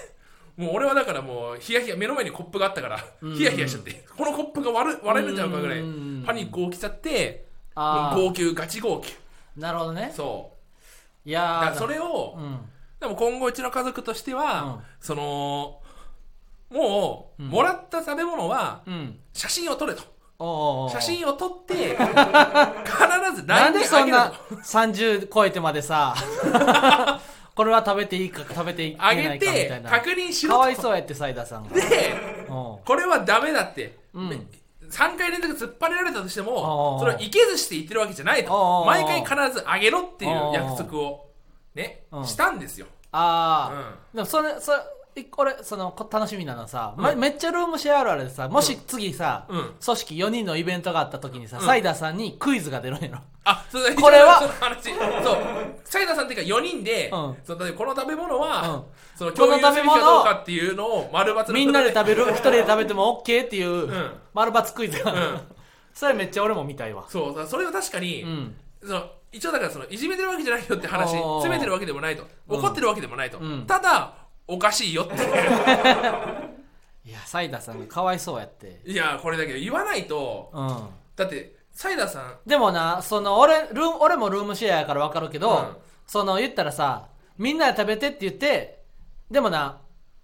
Speaker 2: もう俺はだからもうヒヤヒヤ目の前にコップがあったから
Speaker 1: うん
Speaker 2: ヒヤヒヤしちゃってこのコップが割る割れるんちゃうかぐらい
Speaker 1: うん
Speaker 2: パニック起きちゃって
Speaker 1: ああ
Speaker 2: もう号泣ガチ号泣
Speaker 1: なるほどね
Speaker 2: そう
Speaker 1: い
Speaker 2: だか
Speaker 1: や
Speaker 2: らそれを
Speaker 1: うん
Speaker 2: でも今後うちの家族としては、
Speaker 1: うん
Speaker 2: そのもう、
Speaker 1: うん
Speaker 2: もらった食べ物は
Speaker 1: うん
Speaker 2: 写真を撮れと。
Speaker 1: おお
Speaker 2: 写真を撮 って必ず
Speaker 1: な
Speaker 2: LINE
Speaker 1: ん
Speaker 2: に
Speaker 1: でそ
Speaker 2: あ
Speaker 1: ん
Speaker 2: げる
Speaker 1: な30超えてまで さこれは食べていいか食べていけ
Speaker 2: あ
Speaker 1: な
Speaker 2: げ
Speaker 1: いかみた
Speaker 2: て
Speaker 1: いな
Speaker 2: 確認し
Speaker 1: か
Speaker 2: ろ
Speaker 1: わい
Speaker 2: と
Speaker 1: そうやってサイダーさんが
Speaker 2: で
Speaker 1: うん
Speaker 2: これはダメだって、
Speaker 1: うん
Speaker 2: 3回連続突っ張られたとして
Speaker 1: あ
Speaker 2: も
Speaker 1: ー
Speaker 2: それをいけずして言ってるわけじゃない
Speaker 1: あ
Speaker 2: と
Speaker 1: ー
Speaker 2: 毎回必ずあげろっていう
Speaker 1: あー
Speaker 2: 約束をね
Speaker 1: うん
Speaker 2: したんですよ、う
Speaker 1: ああ、
Speaker 2: ん、
Speaker 1: でもそれそれい俺そのこ楽しみなのさ、ま
Speaker 2: うん
Speaker 1: めっちゃルームシェアあるあるでさもし次さ、
Speaker 2: うん
Speaker 1: 組織4人のイベントがあった時にさ、
Speaker 2: うん
Speaker 1: サイダーさんにクイズが出るんやろ
Speaker 2: あそうだ
Speaker 1: これは
Speaker 2: その話そうサイダーさんっていうか4人で、
Speaker 1: うん
Speaker 2: その例えばこの食べ物は、
Speaker 1: うん
Speaker 2: その
Speaker 1: この
Speaker 2: 共有すべきか
Speaker 1: 食べ物
Speaker 2: ど
Speaker 1: を
Speaker 2: うかっていうのを丸抜の
Speaker 1: みんなで食べる一人で食べても OK っていう、
Speaker 2: ん
Speaker 1: 丸抜クイズがある、
Speaker 2: うん
Speaker 1: それめっちゃ俺も見たいわ
Speaker 2: そうだからそれは確かに、
Speaker 1: うん
Speaker 2: その一応だからそのいじめてるわけじゃないよって話
Speaker 1: おー
Speaker 2: 責めてるわけでもないと
Speaker 1: うん
Speaker 2: 怒ってるわけでもないと、
Speaker 1: うん
Speaker 2: ただおかしいよって
Speaker 1: いやサイダーさんがかわいそうやって
Speaker 2: いやこれだけど言わないと
Speaker 1: うん
Speaker 2: だってサイダーさん
Speaker 1: でもなその俺ルーム俺もルームシェアやから分かるけど、
Speaker 2: うん
Speaker 1: その言ったらさみんなで食べてって言ってでもな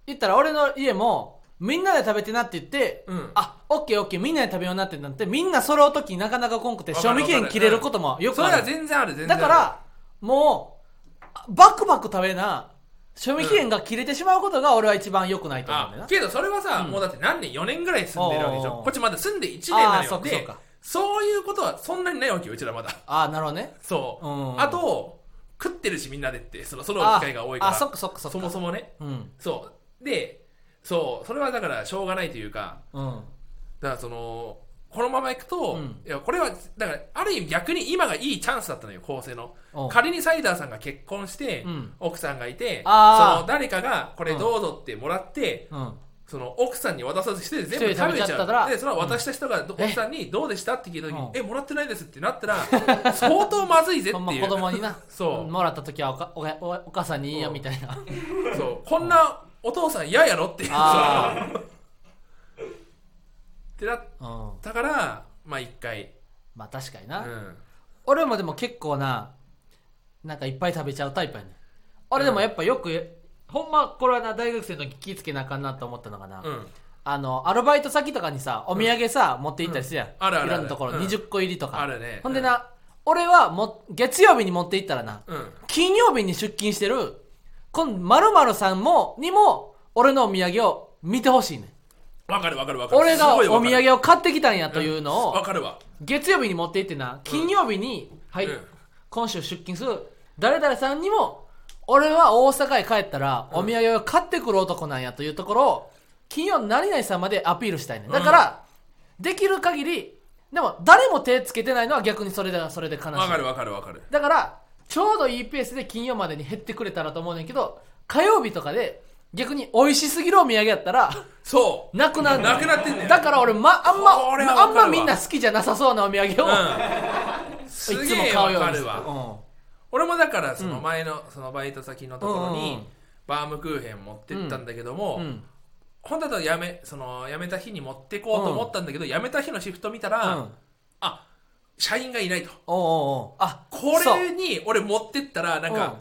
Speaker 1: 言ったら俺の家もみんなで食べてなって言って、
Speaker 2: うん
Speaker 1: あオッケーオッケーみんなで食べようなってなってみんな揃う時になかなかこんくて賞味期限切れることもよ
Speaker 2: そ
Speaker 1: く
Speaker 2: れ
Speaker 1: あ
Speaker 2: は
Speaker 1: る
Speaker 2: 全然ある全然あ
Speaker 1: だ
Speaker 2: る
Speaker 1: からもうバクバク食べな賞味期限が切れてしまうことが俺は一番良くないと思うんだよ
Speaker 2: あ
Speaker 1: な、
Speaker 2: けどそれはさ、
Speaker 1: うん
Speaker 2: もうだって何年4年ぐらい住んでるわけでし
Speaker 1: おー
Speaker 2: ょこっちまだ住んで1年
Speaker 1: あー
Speaker 2: なの
Speaker 1: そ
Speaker 2: よ
Speaker 1: っかそっ
Speaker 2: で
Speaker 1: か
Speaker 2: そういうことはそんなにないわけようちらまだ
Speaker 1: ああなるほどね
Speaker 2: そう、
Speaker 1: うん
Speaker 2: あと食ってるしみんなでってその揃う機会が多いか
Speaker 1: ああ
Speaker 2: ら
Speaker 1: そっかそっかそっか
Speaker 2: そもそもね
Speaker 1: うん
Speaker 2: そうでそうそれはだからしょうがないというか
Speaker 1: うん
Speaker 2: だからそのこのままいくと、
Speaker 1: うん
Speaker 2: いやこれはだからある意味逆に今がいいチャンスだったのよ構成の
Speaker 1: おう
Speaker 2: 仮にサイダーさんが結婚して、
Speaker 1: うん
Speaker 2: 奥さんがいてそ
Speaker 1: あー
Speaker 2: の誰かがこれどうぞってもらって、
Speaker 1: うん
Speaker 2: その奥さんに渡さずして全
Speaker 1: 一
Speaker 2: 部
Speaker 1: 人で食
Speaker 2: 食べ
Speaker 1: べ
Speaker 2: ち
Speaker 1: ちゃ
Speaker 2: ゃ
Speaker 1: っ
Speaker 2: う
Speaker 1: たら
Speaker 2: でそれは渡した人がど
Speaker 1: え
Speaker 2: 奥さんにどうでしたって聞いた時に、
Speaker 1: うん
Speaker 2: えもらってないですってなったら相当まずいぜ
Speaker 1: ほん
Speaker 2: っ
Speaker 1: ま
Speaker 2: てい
Speaker 1: 子
Speaker 2: う
Speaker 1: 供に な
Speaker 2: そう
Speaker 1: もらった時はおかおかおお母さんにいいよみたいな
Speaker 2: そうこんなお父さん嫌やろっていう
Speaker 1: あ
Speaker 2: そうってなっ
Speaker 1: うん
Speaker 2: たからまあ一回、
Speaker 1: まあ確かに
Speaker 2: う
Speaker 1: な、
Speaker 2: ん、
Speaker 1: 俺もでも結構ななんかいっぱい食べちゃうタイプやねん俺でもやっぱよく、ほんまこれはな大学生の時気ぃつけなあかんなと思ったのがな、
Speaker 2: うん
Speaker 1: あのアルバイト先とかにさお土産さ、持って行ったりするやん、
Speaker 2: あるあるある
Speaker 1: いろんなところ、
Speaker 2: うん
Speaker 1: 20個入りとか
Speaker 2: あるね
Speaker 1: ほんでな、俺はも月曜日に持って行ったらな、
Speaker 2: うん
Speaker 1: 金曜日に出勤してるこの〇〇さんもにも俺のお土産を見てほしいねん
Speaker 2: わかるわかるわかる
Speaker 1: 俺が
Speaker 2: す
Speaker 1: お
Speaker 2: ごい
Speaker 1: 土
Speaker 2: わかる
Speaker 1: 産を買ってきたんやというのを、
Speaker 2: わかるわ
Speaker 1: 月曜日に持って行ってな金曜日に、はい、
Speaker 2: うん
Speaker 1: 今週出勤する誰々さんにも俺は大阪へ帰ったらお土産を買ってくる男なんやというところを金曜の何々さんまでアピールしたいねだから、できる限りでも誰も手つけてないのは逆にそれでそれで悲しい
Speaker 2: わかるわかるわかる
Speaker 1: だからちょうどいいペースで金曜までに減ってくれたらと思うねんけど火曜日とかで逆に美味しすぎるお土産やったら
Speaker 2: そう
Speaker 1: なくなる
Speaker 2: なくなってんねん
Speaker 1: だから俺、まあんま
Speaker 2: これはわか
Speaker 1: あ
Speaker 2: る
Speaker 1: ん
Speaker 2: わ
Speaker 1: まみんな好きじゃなさそうなお土 産を、
Speaker 2: うんす
Speaker 1: いつ
Speaker 2: げ
Speaker 1: も
Speaker 2: え
Speaker 1: 買
Speaker 2: わ
Speaker 1: うよう
Speaker 2: か
Speaker 1: にす
Speaker 2: る
Speaker 1: る
Speaker 2: わ俺もだからその前のそのバイト先のところ
Speaker 1: うんうんうん
Speaker 2: にバームクーヘン持ってったんだけども、
Speaker 1: うんうん
Speaker 2: 本当だとやめそのやめた日に持ってこうと思ったんだけど、やめた日のシフト見たら、
Speaker 1: うん
Speaker 2: あ社員がいないと
Speaker 1: おうおうおうあ
Speaker 2: こ
Speaker 1: そう
Speaker 2: れに俺持ってったらなんか、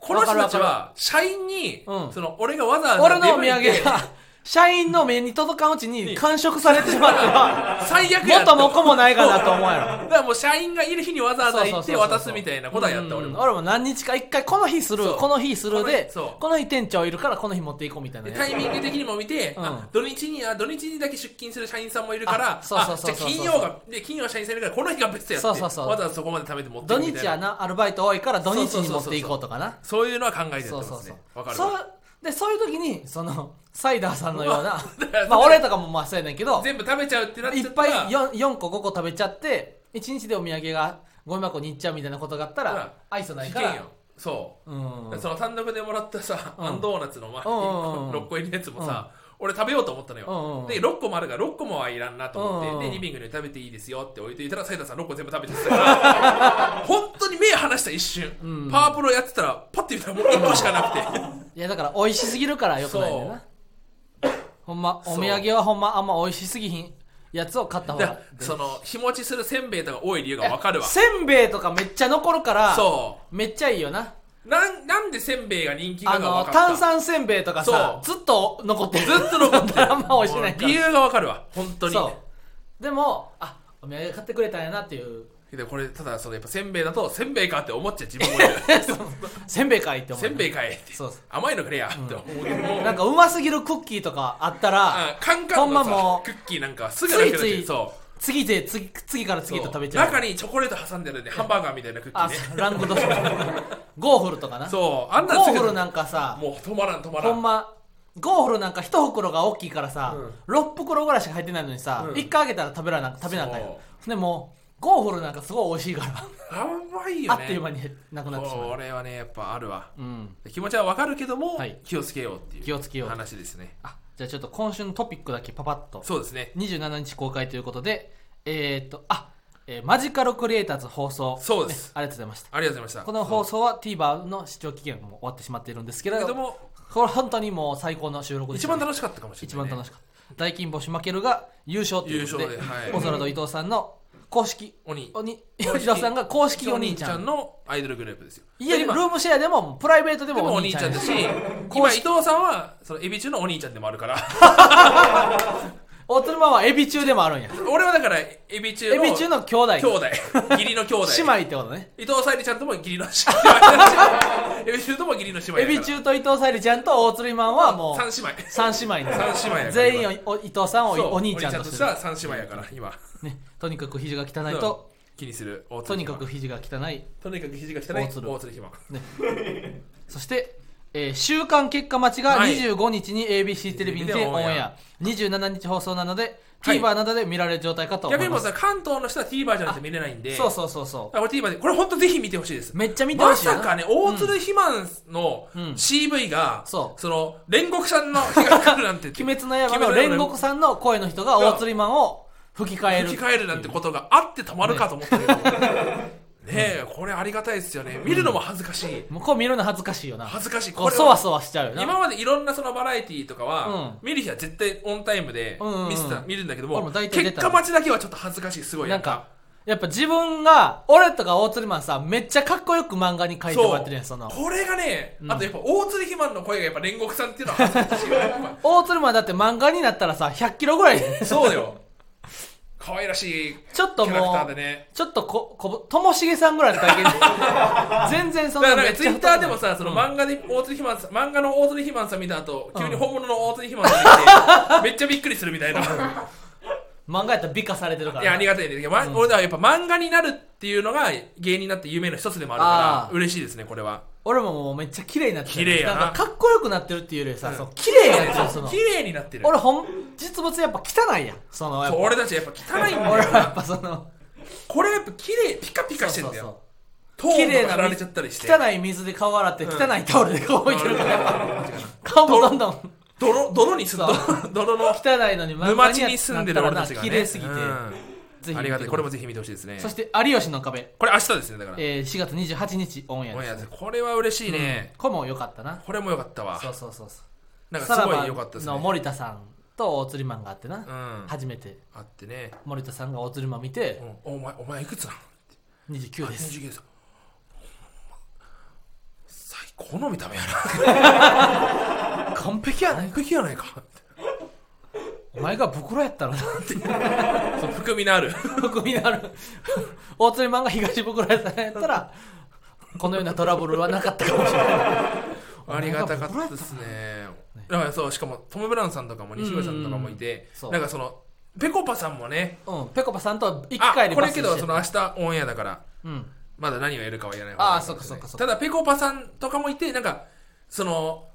Speaker 2: この
Speaker 1: わか
Speaker 2: 人
Speaker 1: るわか
Speaker 2: たち
Speaker 1: る
Speaker 2: は社員に、
Speaker 1: うん
Speaker 2: その俺がわざわ
Speaker 1: うん
Speaker 2: ざ
Speaker 1: 俺のお土産
Speaker 2: 出向いて
Speaker 1: が社員の目に届かんうちに完食されてしまった ら
Speaker 2: 最悪や
Speaker 1: 元も子もないかな
Speaker 2: と
Speaker 1: と思うや
Speaker 2: だからもう社員がいる日にわざわざ行って
Speaker 1: そうそうそうそう
Speaker 2: 渡すみたいなことはやった
Speaker 1: ろ
Speaker 2: 俺
Speaker 1: うん
Speaker 2: も、
Speaker 1: 俺も何日か一回この日する
Speaker 2: そう
Speaker 1: この日するで
Speaker 2: そう
Speaker 1: この日店長いるからこの日持っていこうみたいな
Speaker 2: で
Speaker 1: ね
Speaker 2: タイミング的にも見て、
Speaker 1: うん
Speaker 2: あ土日にあ土日にだけ出勤する社員さんもいるから
Speaker 1: あ
Speaker 2: あ
Speaker 1: そうそうそうそう
Speaker 2: じゃあ金曜がで金曜社員さんいるからこの日がベストやって
Speaker 1: そうそうそう
Speaker 2: わざわざそこまで食べて持って
Speaker 1: 土
Speaker 2: くみた
Speaker 1: 日
Speaker 2: いな
Speaker 1: はなアルバイト多いから土日に持っていこうとかな
Speaker 2: そういうのは考えてやって
Speaker 1: そ
Speaker 2: ま
Speaker 1: うそう
Speaker 2: す
Speaker 1: そう
Speaker 2: ねわかる
Speaker 1: そ
Speaker 2: わ
Speaker 1: うでそういう時にそのサイダーさんのような
Speaker 2: だから
Speaker 1: まあ俺とかもまあそうやねんけど
Speaker 2: 全部食べちゃうってなっ
Speaker 1: い
Speaker 2: ち
Speaker 1: っ
Speaker 2: ゃった
Speaker 1: ぱい
Speaker 2: ら
Speaker 1: 4, 4個5個食べちゃって1日でお土産がゴミ箱に行っちゃうみたいなことがあった
Speaker 2: ほ
Speaker 1: ら
Speaker 2: ら
Speaker 1: 愛想ない
Speaker 2: 危
Speaker 1: か
Speaker 2: 険
Speaker 1: ら
Speaker 2: よそうう、
Speaker 1: ん
Speaker 2: その単独でもらったさ、
Speaker 1: うん
Speaker 2: あんドーナツのまあ
Speaker 1: うんうんうん
Speaker 2: 6個入りのやつもさ、俺食べようと思ったのよ、
Speaker 1: うんうんうん
Speaker 2: で6個もあるから6個もはいらんなと思って、
Speaker 1: うんうんうん
Speaker 2: でリビングに食べていいですよって置いていたら斉田さん6個全部食べてたから 本当に目離した一瞬、
Speaker 1: うん
Speaker 2: パワープロやってたらパッて見たらもう1個しかな くて
Speaker 1: いやだから美味しすぎるからよくないんだよな
Speaker 2: そ
Speaker 1: ほんま
Speaker 2: そう
Speaker 1: お土産はほんまあんま美味しすぎひんやつを買った方
Speaker 2: だ
Speaker 1: が
Speaker 2: その日持ちするせんべいとか多い理由が分かるわ
Speaker 1: せんべいとかめっちゃ残るから
Speaker 2: そ
Speaker 1: めっちゃいいよな
Speaker 2: うなんなんでせんべいが人気か
Speaker 1: あ
Speaker 2: が
Speaker 1: の
Speaker 2: 分かった
Speaker 1: 炭酸せんべいとかさずっと残ってる
Speaker 2: ずっと残ってる
Speaker 1: あん ま美味しくないから
Speaker 2: 理由が分かるわ本当に
Speaker 1: そうでもあお土産買ってくれたんやなって いう
Speaker 2: でこれただそのやっぱせんべいだとせんべいかって思っちゃう自分もいる
Speaker 1: せんべいかいって思う
Speaker 2: せんべいかいって
Speaker 1: そうそう
Speaker 2: 甘いのくれやって思うけども、
Speaker 1: なんかうますぎるクッキーとかあったら
Speaker 2: あカンカ
Speaker 1: ほ
Speaker 2: ン
Speaker 1: ん
Speaker 2: の
Speaker 1: ま
Speaker 2: さ
Speaker 1: もう
Speaker 2: クッキーなんかすぐなくな
Speaker 1: つい
Speaker 2: っち
Speaker 1: つ
Speaker 2: ゃ
Speaker 1: いう
Speaker 2: そ
Speaker 1: 次で次次から
Speaker 2: う
Speaker 1: 次へと食べちゃう
Speaker 2: 中にチョコレート挟んでるねハンバーガーみたいなクッキー
Speaker 1: あ
Speaker 2: ね
Speaker 1: そうラング ドシャゴーフルとかな
Speaker 2: そうあんな
Speaker 1: ゴ
Speaker 2: す
Speaker 1: ーフ
Speaker 2: ぐ
Speaker 1: ルなんかさ
Speaker 2: もう止まらん止まら
Speaker 1: ほん
Speaker 2: ん
Speaker 1: まゴーフルなんか一袋が大きいからさ、
Speaker 2: うん
Speaker 1: 6袋ぐらいしか入ってないのにさ、
Speaker 2: うん
Speaker 1: 一1回あげたら食べらな食べなあかんよでもゴーフルなんかすごい美味しいから、
Speaker 2: やばい
Speaker 1: あ
Speaker 2: よね
Speaker 1: っという間になくなってしまう
Speaker 2: これはねやっぱあるわ
Speaker 1: うん
Speaker 2: 気持ちはわかるけども、
Speaker 1: はい
Speaker 2: 気をつけようっていう
Speaker 1: 気をつけよう
Speaker 2: 話ですね
Speaker 1: あじゃあちょっと今週のトピックだけパパッと
Speaker 2: そうですね
Speaker 1: 27日公開ということでえー、っとあ、えーマジカルクリエイターズ放送
Speaker 2: そうです
Speaker 1: ねありがとうございました
Speaker 2: ありがとうございました
Speaker 1: この放送は TVer の視聴期限も終わってしまっているんですけれ
Speaker 2: だけど
Speaker 1: ども
Speaker 2: も
Speaker 1: これ本当にもう最高の収録でし
Speaker 2: 一
Speaker 1: た
Speaker 2: 番
Speaker 1: ね、
Speaker 2: 楽しかったかもしれない、ね、
Speaker 1: 一番楽しかった大金星負けるが優勝ということで
Speaker 2: 優勝ではい
Speaker 1: オズワルド伊藤さんの公式
Speaker 2: 鬼
Speaker 1: おに伊藤さんが公式お兄ちゃん
Speaker 2: のアイドルグループですよ
Speaker 1: 家に
Speaker 2: で
Speaker 1: ル
Speaker 2: 今
Speaker 1: ームシェアでもプライベートで
Speaker 2: で
Speaker 1: もお
Speaker 2: もお
Speaker 1: 兄
Speaker 2: 兄
Speaker 1: ち
Speaker 2: ち
Speaker 1: ゃ
Speaker 2: ゃ
Speaker 1: ん
Speaker 2: ん
Speaker 1: で
Speaker 2: だ
Speaker 1: す
Speaker 2: し今伊藤さんはそのエビ中のお兄ちゃんでもあるから
Speaker 1: 大鶴マはエビ中でもあるんや
Speaker 2: 俺はだからエビ中
Speaker 1: エ
Speaker 2: の
Speaker 1: ビ中の兄弟
Speaker 2: 兄弟義理の兄弟
Speaker 1: 姉妹ってことね
Speaker 2: 伊藤沙莉ちゃんとも義理の 姉妹エビ中とも義理の姉妹
Speaker 1: エビ中と伊藤沙莉ちゃんと大鶴マはもう
Speaker 2: 3姉妹
Speaker 1: 三姉妹ね
Speaker 2: 三姉妹やから
Speaker 1: 全員おお伊藤さんを
Speaker 2: そう
Speaker 1: お兄ちゃんとす
Speaker 2: して
Speaker 1: る
Speaker 2: は三姉妹やから今
Speaker 1: ねとにかく肘が汚いと
Speaker 2: 気にする大
Speaker 1: と
Speaker 2: 鶴
Speaker 1: に
Speaker 2: ひま
Speaker 1: かく肘が汚い
Speaker 2: とにかく肘が汚い
Speaker 1: 大鶴
Speaker 2: 大鶴ひま
Speaker 1: そして、えー週刊結果待ちが
Speaker 2: はい
Speaker 1: 25日に ABC テレビにて
Speaker 2: テレビ
Speaker 1: オ
Speaker 2: でオン
Speaker 1: ン
Speaker 2: エア
Speaker 1: エア27日放送なので、
Speaker 2: はい
Speaker 1: TVer などで見られる状態かと思
Speaker 2: 逆
Speaker 1: い
Speaker 2: にも
Speaker 1: ま
Speaker 2: う
Speaker 1: す
Speaker 2: さ関東の人は TVer じゃなくて見れないんで
Speaker 1: そうそうそうそ
Speaker 2: だからこれ TVer でこれ本当ぜひ見てほしいです
Speaker 1: うめっちゃ見てほ
Speaker 2: ま
Speaker 1: しいよ
Speaker 2: さ
Speaker 1: な
Speaker 2: かね大鶴ひまの
Speaker 1: うん
Speaker 2: CV が
Speaker 1: そ
Speaker 2: そうの煉獄さんの日が来るなんて
Speaker 1: 鬼滅の刃の煉獄さんの声の人が大釣りマンを吹き替える
Speaker 2: 吹き替えるなんてことがあってたまるかと思ったけどねえこれありがたいですよね見るのも恥ずかしい
Speaker 1: 向こう見るの恥ずかしいよな
Speaker 2: 恥ずかしい
Speaker 1: こ
Speaker 2: こ
Speaker 1: う
Speaker 2: れ
Speaker 1: そわそわしちゃうよな
Speaker 2: 今までいろんなそのバラエティーとかは、見る日は絶対オンタイムで
Speaker 1: うんうんうん
Speaker 2: 見せた、見るんだけど
Speaker 1: 俺も
Speaker 2: も
Speaker 1: 大体出
Speaker 2: 結
Speaker 1: た
Speaker 2: 果待ちだけはちょっと恥ずかしいすごい
Speaker 1: なんかやっぱ自分が俺とか大釣りマンさめっちゃかっこよく漫画に書いてもらってるやんその
Speaker 2: これがね、
Speaker 1: うん
Speaker 2: あとやっぱ大鶴ひまの声がやっぱ煉獄さんっていうのは恥ずかしいわやっぱ
Speaker 1: 大釣りマンだって漫画になったらさ100キロぐらい
Speaker 2: そうだよ可愛らしい
Speaker 1: ちょっ
Speaker 2: キ
Speaker 1: と
Speaker 2: ャラク
Speaker 1: も
Speaker 2: タ
Speaker 1: う
Speaker 2: ーでね
Speaker 1: ちょっとこ、こぼ、ともしげさんぐらいの体 型で。全然そ
Speaker 2: だ
Speaker 1: ん
Speaker 2: か
Speaker 1: な
Speaker 2: ら
Speaker 1: め
Speaker 2: なんか
Speaker 1: っ
Speaker 2: ツイ
Speaker 1: ちゃ
Speaker 2: ッ
Speaker 1: 太
Speaker 2: タ
Speaker 1: く
Speaker 2: ーでもさその漫画で大鶴ひまさん漫画の大鶴ひまさん見た後急に本物の大鶴ひまさん見て、 めっちゃびっくりするみたいない
Speaker 1: 漫画やったら美化されてるから。
Speaker 2: やありがたいね、ま俺らはやっぱ漫画になるっていうのが芸人になって夢の一つでもある
Speaker 1: あ
Speaker 2: か
Speaker 1: ー
Speaker 2: ら嬉しいですねこれは
Speaker 1: 俺ももうめっちゃ綺麗になってる。
Speaker 2: 綺麗やなん
Speaker 1: かかっこよくなってるっていうよりさ、
Speaker 2: うん
Speaker 1: その綺麗になってる、その
Speaker 2: 綺。麗になってる
Speaker 1: 俺ほん、実物やっぱ汚いやん。その、やっ
Speaker 2: そう俺たちやっぱ汚いんだ
Speaker 1: ぱ。
Speaker 2: よ
Speaker 1: 俺はやっぱその、
Speaker 2: これやっぱ綺麗ピカピカしてんだよ綺麗なられちゃったりして
Speaker 1: 汚い水で顔洗って、汚いタオルで顔置いてるから、やっぱ顔もどんどん
Speaker 2: 泥泥にす
Speaker 1: そ
Speaker 2: る
Speaker 1: う
Speaker 2: 泥の
Speaker 1: 汚いのに漫画
Speaker 2: 沼地に住んでる俺たちがね
Speaker 1: 綺麗すぎて
Speaker 2: う。ん
Speaker 1: ぜひ見てくださ
Speaker 2: ありがたいこれもぜひ見てほしいですね
Speaker 1: そして、有吉の壁。
Speaker 2: これ明日ですねだから
Speaker 1: えー、4月28日オンエア
Speaker 2: オン
Speaker 1: で
Speaker 2: エ
Speaker 1: す
Speaker 2: アですこれは嬉しいね
Speaker 1: これも良かったな。
Speaker 2: これも良かったわ
Speaker 1: そうそうそうそう。
Speaker 2: なん
Speaker 1: さ
Speaker 2: からすご
Speaker 1: ば
Speaker 2: い良かったです
Speaker 1: の
Speaker 2: ね
Speaker 1: 森田さんと大釣りマンがあってな、
Speaker 2: うんあ
Speaker 1: 初めて
Speaker 2: ってね
Speaker 1: 森田さんが大釣りマン見て
Speaker 2: うんお前お前いくつなの
Speaker 1: 29です、
Speaker 2: 29です最高の見た目や
Speaker 1: 完璧や
Speaker 2: な
Speaker 1: ね
Speaker 2: 完璧やないか
Speaker 1: お前が袋やったらなって
Speaker 2: そう含みのある
Speaker 1: 僕になる大釣りマンが東袋屋さんやったらこのようなトラブルはなかったかもしれない
Speaker 2: ありがたかったですね。だからそうしかもトム・ブラウンさんとかも西村さんとかもいて
Speaker 1: うんそう
Speaker 2: なんかそのぺこぱさんもね
Speaker 1: うんぺこぱさんとは1
Speaker 2: あ
Speaker 1: 回で
Speaker 2: こ
Speaker 1: バ
Speaker 2: れ
Speaker 1: ス
Speaker 2: け
Speaker 1: して
Speaker 2: どその明日オンエアだから
Speaker 1: うん
Speaker 2: まだ何をやるかはやらない
Speaker 1: あー
Speaker 2: わかんない
Speaker 1: そっかそっかそっか
Speaker 2: ただぺこぱさんとかもいてなんかその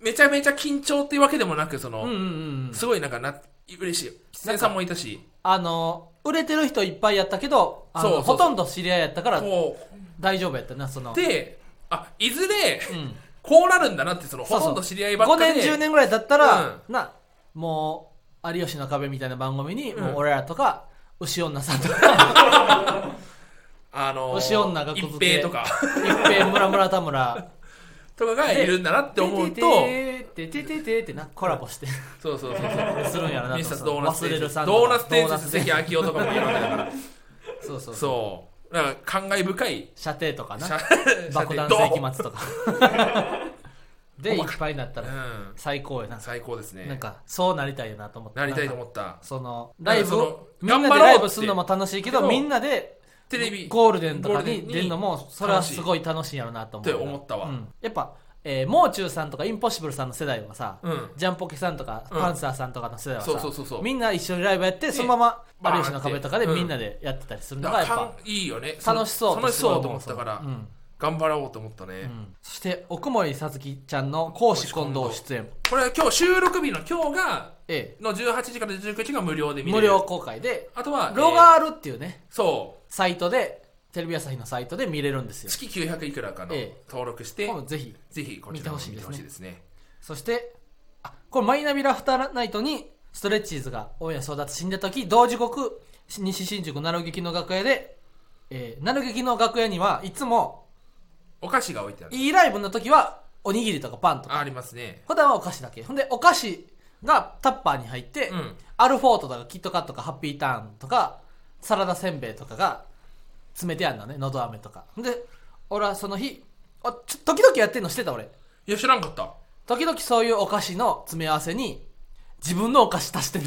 Speaker 2: めちゃめちゃ緊張っていうわけでもなくその、
Speaker 1: うんうんうん
Speaker 2: すごいなんかな嬉しい吉瀬さんもいたし
Speaker 1: あの売れてる人いっぱいやったけどあの
Speaker 2: そうそうそう
Speaker 1: ほとんど知り合いやったから
Speaker 2: こ
Speaker 1: 大丈夫やったなその
Speaker 2: うであいずれ
Speaker 1: うん
Speaker 2: こうなるんだなってその
Speaker 1: そうそう
Speaker 2: ほとんど知り合いばっ
Speaker 1: 5
Speaker 2: か
Speaker 1: 年
Speaker 2: りで
Speaker 1: 10年ぐらいだったら、なもう「有吉の壁」みたいな番組に、
Speaker 2: うん
Speaker 1: もう俺らとか牛女さんとか
Speaker 2: あの
Speaker 1: 年女がこ
Speaker 2: 一
Speaker 1: づけ
Speaker 2: 平と か
Speaker 1: 一平村村田村
Speaker 2: とかがいるんだなって思うと
Speaker 1: てててててててなコラボして
Speaker 2: そうそうそうそう
Speaker 1: するんやろな
Speaker 2: ミスターズドーナツ
Speaker 1: 忘れるさんとか
Speaker 2: ドーナツ伝説
Speaker 1: ドーナ
Speaker 2: 関明夫とかもいるわけだから
Speaker 1: ツそう そうそう
Speaker 2: そうだから感慨深い
Speaker 1: 射程と かな
Speaker 2: 射
Speaker 1: 爆弾
Speaker 2: ドーン
Speaker 1: 世紀末とかでいっぱいになった
Speaker 2: う
Speaker 1: ら
Speaker 2: ん
Speaker 1: 最高やな、
Speaker 2: 最高です
Speaker 1: なん
Speaker 2: ね
Speaker 1: かそうなりたいよなと思って
Speaker 2: なりたい
Speaker 1: なん
Speaker 2: と
Speaker 1: か
Speaker 2: 思った
Speaker 1: その
Speaker 2: なん
Speaker 1: ラ
Speaker 2: か
Speaker 1: イブを
Speaker 2: そ
Speaker 1: み
Speaker 2: の
Speaker 1: んなでライブするのも楽しいけど
Speaker 2: 頑張ろうって
Speaker 1: みんなで
Speaker 2: テレビ
Speaker 1: ゴールデンとかに
Speaker 2: ゴールデンに
Speaker 1: 出るのもそれはすごい楽しいんやろなと思う
Speaker 2: って思ったわ
Speaker 1: うんやっぱ、えー、もう中さんとかインポッシブルさんの世代はさ、
Speaker 2: うん
Speaker 1: ジャンポケさんとか、
Speaker 2: うん
Speaker 1: パンサーさんとかの世代はさ
Speaker 2: そうそうそうそう
Speaker 1: みんな一緒にライブやってそのま
Speaker 2: バーン
Speaker 1: ま「
Speaker 2: っ
Speaker 1: 有
Speaker 2: て
Speaker 1: 吉の壁」とかで
Speaker 2: うん
Speaker 1: みんなでやってたりする
Speaker 2: だ
Speaker 1: の
Speaker 2: か
Speaker 1: が
Speaker 2: ら
Speaker 1: やっぱ
Speaker 2: 感いいよね
Speaker 1: 楽しそう
Speaker 2: 楽しそうと
Speaker 1: 思
Speaker 2: 思ったから
Speaker 1: うん
Speaker 2: 頑張ろうと思った
Speaker 1: う
Speaker 2: ね
Speaker 1: んそして奥森さつきちゃんの講師近藤出演、
Speaker 2: これは今日収録日の今日が
Speaker 1: え
Speaker 2: の18時から19時が無料で
Speaker 1: え
Speaker 2: 見れ
Speaker 1: 無
Speaker 2: る
Speaker 1: 料公開で
Speaker 2: あとは
Speaker 1: ロ
Speaker 2: えー
Speaker 1: ガールっていうね
Speaker 2: そ
Speaker 1: サイトでテレビ朝日のサイトで見れるんです
Speaker 2: う
Speaker 1: よ
Speaker 2: 月900いくらかの
Speaker 1: え
Speaker 2: 登録して
Speaker 1: もうぜひ
Speaker 2: ぜひこちら
Speaker 1: 見てほ
Speaker 2: も
Speaker 1: しい
Speaker 2: 見
Speaker 1: ですね
Speaker 2: てほしいですね
Speaker 1: そしてあこれマイナビラフターナイトにストレッチーズがオンエア争奪死んだ時同時刻西新宿奈良劇の楽屋で、えー、奈良劇の楽屋にはいつも
Speaker 2: お菓子が置いてある
Speaker 1: いいライブの時はおにぎりとかパンとか
Speaker 2: あありますね
Speaker 1: 普段はお菓子だけほんでお菓子がタッパーに入って、
Speaker 2: うん
Speaker 1: アルフォートとかキットカットとかハッピーターンとかサラダせんべいとかが詰めてあんのねのど飴とかほんで俺はその日あちょ時々やってんのしてた俺
Speaker 2: いや知らんかった
Speaker 1: 時々そういうお菓子の詰め合わせに、自分のお菓子足してる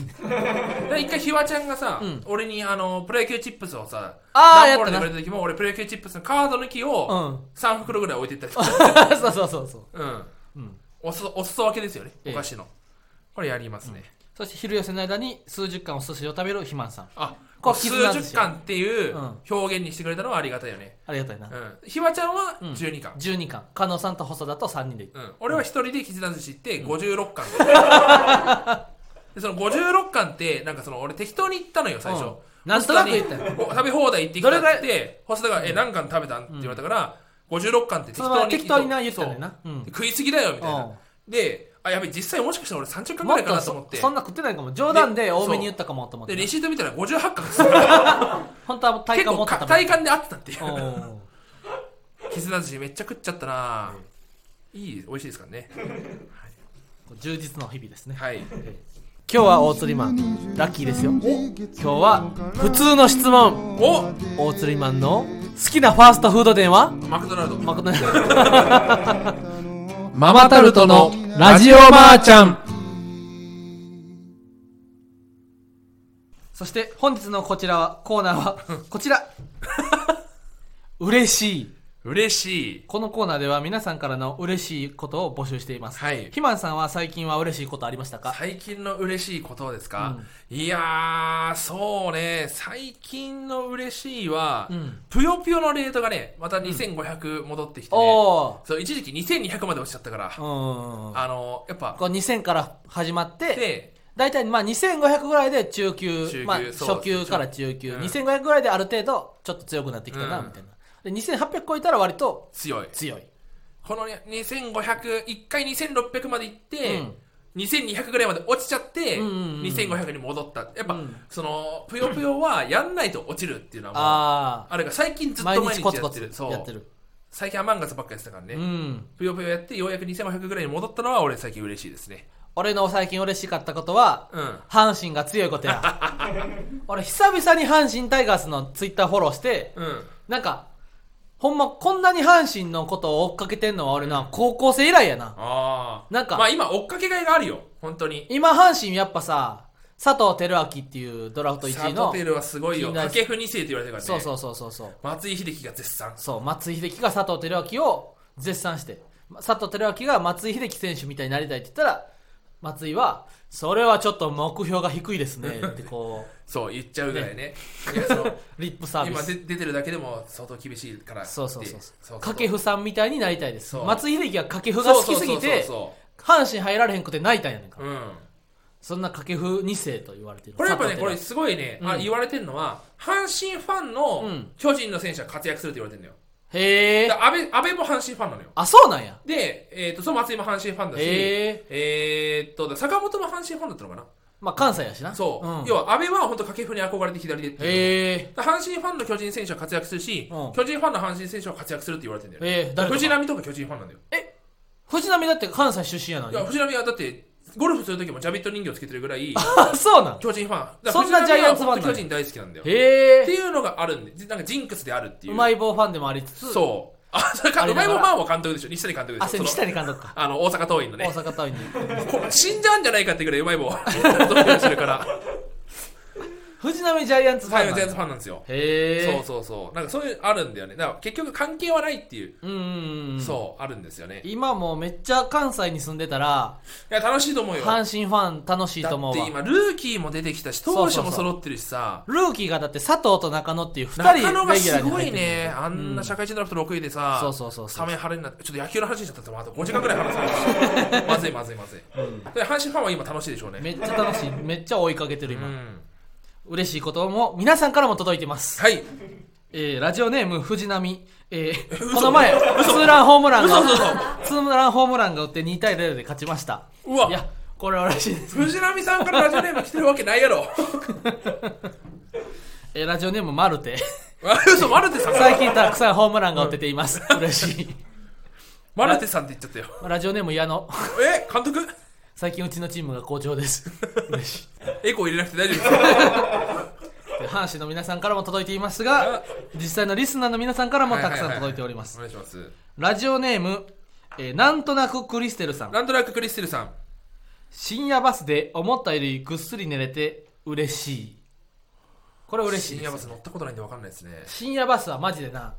Speaker 2: で一回ひわちゃんがさ、
Speaker 1: うん
Speaker 2: 俺にあのプロ野球チップスをさ
Speaker 1: あー
Speaker 2: 段ボールで
Speaker 1: やっ
Speaker 2: く
Speaker 1: た
Speaker 2: れ
Speaker 1: な
Speaker 2: た時も俺プロ野球チップスのカード抜き
Speaker 1: う
Speaker 2: を
Speaker 1: ん
Speaker 2: 3袋ぐらい置いてったりと か、
Speaker 1: そうそうそうそう
Speaker 2: うん、
Speaker 1: うん
Speaker 2: おすお裾分けですよね
Speaker 1: え
Speaker 2: お
Speaker 1: え
Speaker 2: 菓子の、これやりますね、
Speaker 1: そして昼寄せの間に数十貫お寿司を食べる肥満さん
Speaker 2: あ
Speaker 1: これ
Speaker 2: 数
Speaker 1: 絆ですよ
Speaker 2: 十巻っていう
Speaker 1: うん
Speaker 2: 表現にしてくれたのはありがたいよね、
Speaker 1: ありがたいな
Speaker 2: うん、ひわちゃんは
Speaker 1: うん
Speaker 2: 12巻、
Speaker 1: 12貫加納さんと細田と3人で行
Speaker 2: うん俺は一人で絆寿司行って56巻、 でその56巻ってなんかその俺適当に言ったのよ最初、
Speaker 1: うんなんとなく言ったよ
Speaker 2: お食べ放題行ってきたってホストが「え何巻食べたん?」って言われたから、56巻って適
Speaker 1: そのま
Speaker 2: 当
Speaker 1: ま
Speaker 2: に
Speaker 1: 適当にな言ったんだよ
Speaker 2: そう
Speaker 1: なうん
Speaker 2: 食いすぎだよみたいな、
Speaker 1: うん
Speaker 2: であやべ実際もしかしたら俺30巻ぐ
Speaker 1: もっ
Speaker 2: らいか
Speaker 1: と
Speaker 2: なと思っ
Speaker 1: そ
Speaker 2: て
Speaker 1: そんな食ってないかも冗談で多めに
Speaker 2: そう
Speaker 1: 言ったかもと思っ
Speaker 2: で
Speaker 1: て
Speaker 2: レ
Speaker 1: な
Speaker 2: シート見たら58巻ですから
Speaker 1: 本当は体
Speaker 2: 結
Speaker 1: 感持
Speaker 2: 構
Speaker 1: ってた
Speaker 2: か
Speaker 1: もん
Speaker 2: 体感で合ってたっていう
Speaker 1: うん
Speaker 2: 絆寿司めっちゃ食っちゃったな、いい美味しいですからね
Speaker 1: 充実の日々ですね
Speaker 2: はい
Speaker 1: 今日は大釣りマンラッキーですよ今日は普通の質問
Speaker 2: お
Speaker 1: 大釣りマンの好きなファーストフード店は
Speaker 2: マクドナルド
Speaker 1: マクドナルド
Speaker 3: ママタルトのラジオばあちゃん
Speaker 1: そして本日のこちらはコーナー はこちら嬉しい
Speaker 2: 嬉しい
Speaker 1: このコーナーでは皆さんからの嬉しいことを募集しています、
Speaker 2: はい
Speaker 1: ひまんさんは最近は嬉しいことありましたか
Speaker 2: 最近の嬉しいことですか、いやーそうね最近の嬉しいは、
Speaker 1: うん
Speaker 2: ぷよぷよのレートがねまた2500戻ってきて、ね
Speaker 1: お
Speaker 2: そう一時期2200まで落ちちゃったから、
Speaker 1: ーうん
Speaker 2: あのやっぱ
Speaker 1: こう2000から始まって
Speaker 2: で
Speaker 1: 大体まあ2500ぐらいで中級
Speaker 2: 中級
Speaker 1: まあ、
Speaker 2: そう
Speaker 1: 初級から中級、
Speaker 2: うん
Speaker 1: 2500ぐらいである程度ちょっと強くなってきたな
Speaker 2: うん
Speaker 1: みたいな、で2800超えたら割と
Speaker 2: 強い
Speaker 1: 強い
Speaker 2: この2500一回2600まで行って、
Speaker 1: うん
Speaker 2: 2200ぐらいまで落ちちゃって、
Speaker 1: うんうんうん
Speaker 2: 2500に戻ったやっぱ、
Speaker 1: うん
Speaker 2: そのぷよぷよはやんないと落ちるっていうのはもうあ
Speaker 1: ああ
Speaker 2: れが最近ずっ
Speaker 1: 毎
Speaker 2: と毎
Speaker 1: 日
Speaker 2: 日
Speaker 1: コツ
Speaker 2: や
Speaker 1: コ
Speaker 2: っ
Speaker 1: ツ
Speaker 2: て
Speaker 1: や
Speaker 2: る
Speaker 1: っ
Speaker 2: そう
Speaker 1: てる
Speaker 2: 最近アマンガスばっかりやってたからね、
Speaker 1: うん
Speaker 2: ぷよぷよやってようやく2500ぐらいに戻ったのは俺最近嬉しいですね
Speaker 1: 俺の最近嬉しかったことは、
Speaker 2: うん
Speaker 1: 阪神が強い ことや俺久々に阪神タイガースのツイッターフォローして
Speaker 2: うん
Speaker 1: なんかほんまこんなに阪神のことを追っかけてんのは俺な高校生以来やな
Speaker 2: ああ
Speaker 1: なんか
Speaker 2: まあ今追っかけがいがあるよ本当に
Speaker 1: 今阪神やっぱさ佐藤輝明っていうドラフト
Speaker 2: サ
Speaker 1: 1位
Speaker 2: ト
Speaker 1: の
Speaker 2: テルはすごいよ
Speaker 1: 気になる
Speaker 2: 掛布2世って言われてるからね
Speaker 1: そうそうそうそうそう
Speaker 2: 松井秀喜が絶賛
Speaker 1: そう松井秀喜が佐藤輝明を絶賛して佐藤輝明が松井秀喜選手みたいになりたいって言ったら松井は「それはちょっと目標が低いです ね」ってこ
Speaker 2: そう言っちゃうぐらいねいやその
Speaker 1: うリップサービ
Speaker 2: 今
Speaker 1: ス
Speaker 2: で出てるだけでも相当厳しいから
Speaker 1: そうそうそう
Speaker 2: そ
Speaker 1: そう
Speaker 2: う
Speaker 1: 掛布さんみたいになりたいです
Speaker 2: そう
Speaker 1: 松井秀喜は掛布が好きすぎて
Speaker 2: そうそう
Speaker 1: 阪神入られへんくて泣いたんやねんか
Speaker 2: そうそううん
Speaker 1: そんな掛布2世と言われてる
Speaker 2: これやっぱね
Speaker 1: 佐藤輝明
Speaker 2: これすごいね、あ
Speaker 1: うん
Speaker 2: 言われてるのは阪神ファン
Speaker 1: う
Speaker 2: の
Speaker 1: ん
Speaker 2: 巨人の選手が活躍するって言われてるのよ、
Speaker 1: へ
Speaker 2: で
Speaker 1: え
Speaker 2: 安倍安倍も阪神ファンなのよ
Speaker 1: あそうなんや
Speaker 2: で、えー、とその松井も阪神ファンだし、
Speaker 1: へえ
Speaker 2: えーっと坂本も阪神ファンだったのかな
Speaker 1: まあ関西やしな
Speaker 2: そう、
Speaker 1: ん
Speaker 2: 要は安倍は本当掛布に憧れて左でっていう
Speaker 1: へえ
Speaker 2: 阪神ファンの巨人選手は活躍するし、
Speaker 1: うん
Speaker 2: 巨人ファンの阪神選手は活躍するって言われてるんだよ、
Speaker 1: ええ誰とか
Speaker 2: 藤浪とか巨人ファンなんだよ、
Speaker 1: 藤浪だって関西出身やの
Speaker 2: いや
Speaker 1: に
Speaker 2: 藤浪はだってゴルフする時もジャビット人形つけてるぐら い
Speaker 1: あそうなん
Speaker 2: 巨人ファンだから
Speaker 1: そんな
Speaker 2: 藤浪は
Speaker 1: ジャイアンツファンなの
Speaker 2: 本当巨人大好きなんだよっ
Speaker 1: へ
Speaker 2: て
Speaker 1: え
Speaker 2: いうのがあるんでなんかジンクスであるっていうう
Speaker 1: まい棒ファンでもありつつ
Speaker 2: そうあそれか
Speaker 1: あ
Speaker 2: う
Speaker 1: れ
Speaker 2: ま
Speaker 1: だ
Speaker 2: い
Speaker 1: から
Speaker 2: もファンは監督でしょ西谷監督で
Speaker 1: あ
Speaker 2: しょ
Speaker 1: せ
Speaker 2: その
Speaker 1: 西谷監督か
Speaker 2: あの大阪桐蔭 のね
Speaker 1: 大阪桐蔭に
Speaker 2: こ死んじゃうんじゃないかってぐらいうま い棒飛び出してるから
Speaker 1: 藤浪ジャイアンツフ
Speaker 2: タ
Speaker 1: ァ
Speaker 2: イム
Speaker 1: ン
Speaker 2: ジャ
Speaker 1: な
Speaker 2: イアン
Speaker 1: んだ
Speaker 2: ツファンなんですよ、
Speaker 1: へえ
Speaker 2: そうそうそうなんかそういうのあるんだよねだから結局関係はないっていう、
Speaker 1: うんうんうん
Speaker 2: そうあるんですよねい
Speaker 1: 今もうめっちゃ関西に住んでたら
Speaker 2: や楽しいと思うよだっ
Speaker 1: 阪神ファン楽しい
Speaker 2: て
Speaker 1: と思うわ
Speaker 2: 今ルーキーも出てきたし投手
Speaker 1: そうそ
Speaker 2: も
Speaker 1: うそう
Speaker 2: 揃ってるしさ
Speaker 1: ルーキーがだって佐藤と中野っていう2人レギ
Speaker 2: 中
Speaker 1: ュ
Speaker 2: 野
Speaker 1: ラ
Speaker 2: が
Speaker 1: ーに
Speaker 2: すご
Speaker 1: 入
Speaker 2: い
Speaker 1: ってる
Speaker 2: ねあんな社会人ドラフト6位でさ、
Speaker 1: そうそうそう
Speaker 2: ス
Speaker 1: そ
Speaker 2: タ
Speaker 1: う
Speaker 2: メン晴れになってちょっと野球の話しちゃったってもうあと5時間ぐらい話さ ないまずいまずいまずい、で阪神ファンは今楽しいでしょうね
Speaker 1: めっちゃ楽しいめっちゃ追いかけてる
Speaker 2: う
Speaker 1: 今
Speaker 2: ん
Speaker 1: 嬉しいことも皆さんからも届いてます
Speaker 2: はい
Speaker 1: えーラジオネーム藤波、えーこの前ツーランホームランが
Speaker 2: 嘘嘘
Speaker 1: ツーランホームランが打って2対0で勝ちました
Speaker 2: うわ
Speaker 1: いやこれは嬉しいです、
Speaker 2: 藤波さんからラジオネーム来てるわけないやろ
Speaker 1: えーラジオネームマルテ
Speaker 2: あ嘘マルテさん
Speaker 1: 最近たくさんホームランが打ってています 嬉しい
Speaker 2: マルテさんって言っちゃったよ
Speaker 1: ラジオネーム矢野
Speaker 2: え監督
Speaker 1: 最近うちのチームが好調です嬉しい
Speaker 2: エコー入れなくて大丈夫ですか
Speaker 1: で阪神の皆さんからも届いていますが実際のリスナーの皆さんからもたくさん届いております
Speaker 2: お願いします
Speaker 1: ラジオネーム、えーなんとなくクリステルさん
Speaker 2: なんとなくクリステルさん
Speaker 1: 深夜バスで思ったよりぐっすり寝れて嬉しいこれ嬉しいで
Speaker 2: 深
Speaker 1: す
Speaker 2: 夜バス乗ったことないんで分かんないですね
Speaker 1: 深夜バスはマジでな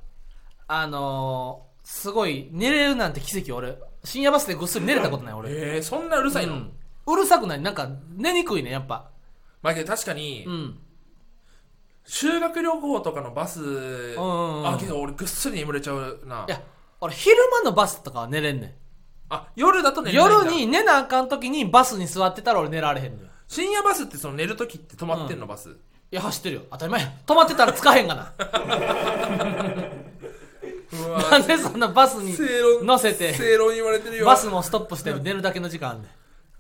Speaker 1: あのー、すごい寝れるなんて奇跡俺深夜バスでぐっすり寝れたことない俺、
Speaker 2: えー、そんなうるさいの、
Speaker 1: うんうるさくないなんか寝にくいねやっぱ
Speaker 2: まあけど確かに、
Speaker 1: うん
Speaker 2: 修学旅行とかのバス、
Speaker 1: んうん
Speaker 2: あけど俺ぐっすり眠れちゃうない
Speaker 1: や俺昼間のバスとかは寝れんね
Speaker 2: あ夜だと
Speaker 1: ん
Speaker 2: 寝れないんだ
Speaker 1: 夜に寝なあかん時にバスに座ってたら俺寝られへんねんい
Speaker 2: 深夜バスってその寝るときって止まってんの、バス
Speaker 1: や走ってるよ当たり前や止まってたらつかへんが な
Speaker 2: うわ
Speaker 1: なんでそんなバスに
Speaker 2: 正論
Speaker 1: 乗せて
Speaker 2: 正論言われてるよ
Speaker 1: バスもストップして寝るだけの時間あんねん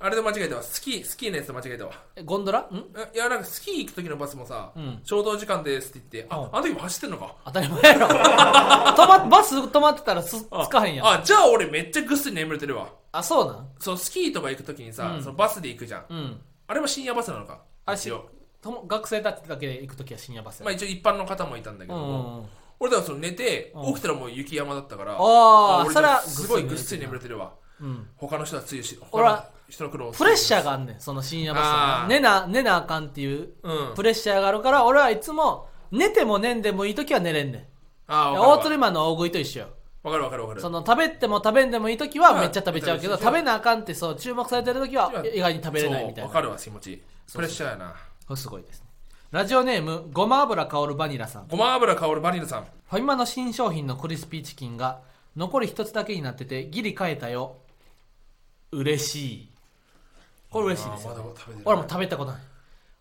Speaker 2: あれで間違えたわスキースキーのやつで間違えたわ
Speaker 1: えゴンドラん
Speaker 2: えいやなんかスキー行く時のバスもさ、
Speaker 1: うん
Speaker 2: 衝動時間ですって言ってあ、
Speaker 1: うん
Speaker 2: あの時も走ってんのか
Speaker 1: 当たり前やろ 止まバス止まってたらす
Speaker 2: あ
Speaker 1: つかへんやんあ
Speaker 2: あじゃあ俺めっちゃぐっすり眠れてるわ
Speaker 1: そうなん
Speaker 2: そうスキーとか行く時にさ、
Speaker 1: うん
Speaker 2: そのバスで行くじゃん
Speaker 1: うん
Speaker 2: あれも深夜バスなのか
Speaker 1: あれし
Speaker 2: 一応
Speaker 1: とも学生たちだけで行くときは深夜バスや
Speaker 2: まあ一応一般の方もいたんだけ
Speaker 1: う
Speaker 2: ど
Speaker 1: んう
Speaker 2: も、
Speaker 1: んうん
Speaker 2: 俺だからその寝て、
Speaker 1: うん
Speaker 2: 起きたらもう雪山だったから
Speaker 1: あー
Speaker 2: 俺
Speaker 1: それは
Speaker 2: すごいぐっすり眠れてるわ
Speaker 1: うん
Speaker 2: 他の人はつゆし
Speaker 1: 俺は
Speaker 2: 他の人の苦労を
Speaker 1: プレッシャーがあんねんその深夜バスは
Speaker 2: あー
Speaker 1: 寝な寝なあかんっていう
Speaker 2: うん
Speaker 1: プレッシャーがあるから俺はいつも寝ても寝んでもいいときは寝れんねん
Speaker 2: あー
Speaker 1: 大
Speaker 2: わか
Speaker 1: 鶴
Speaker 2: る
Speaker 1: マンの大食いと一緒よ
Speaker 2: わかるわかるわかる
Speaker 1: その食べても食べんでもいいときは
Speaker 2: うん
Speaker 1: めっちゃ食べちゃうけど
Speaker 2: 食べちゃ
Speaker 1: 食
Speaker 2: う
Speaker 1: べなあかんってそう注目されてるときは
Speaker 2: うん
Speaker 1: 意外に食べれないみたい
Speaker 2: そうわ
Speaker 1: な
Speaker 2: かるわ気持ちプレッシャーやな
Speaker 1: これすごいですねラジオネームごま油香るバニラさん
Speaker 2: ごま油香るバニラさん
Speaker 1: ファミマの新商品のクリスピーチキンが残り一つだけになっててギリ買えたよ嬉しいこれ嬉しいですよ、
Speaker 2: あーまだ食べて
Speaker 1: 俺も食べたことない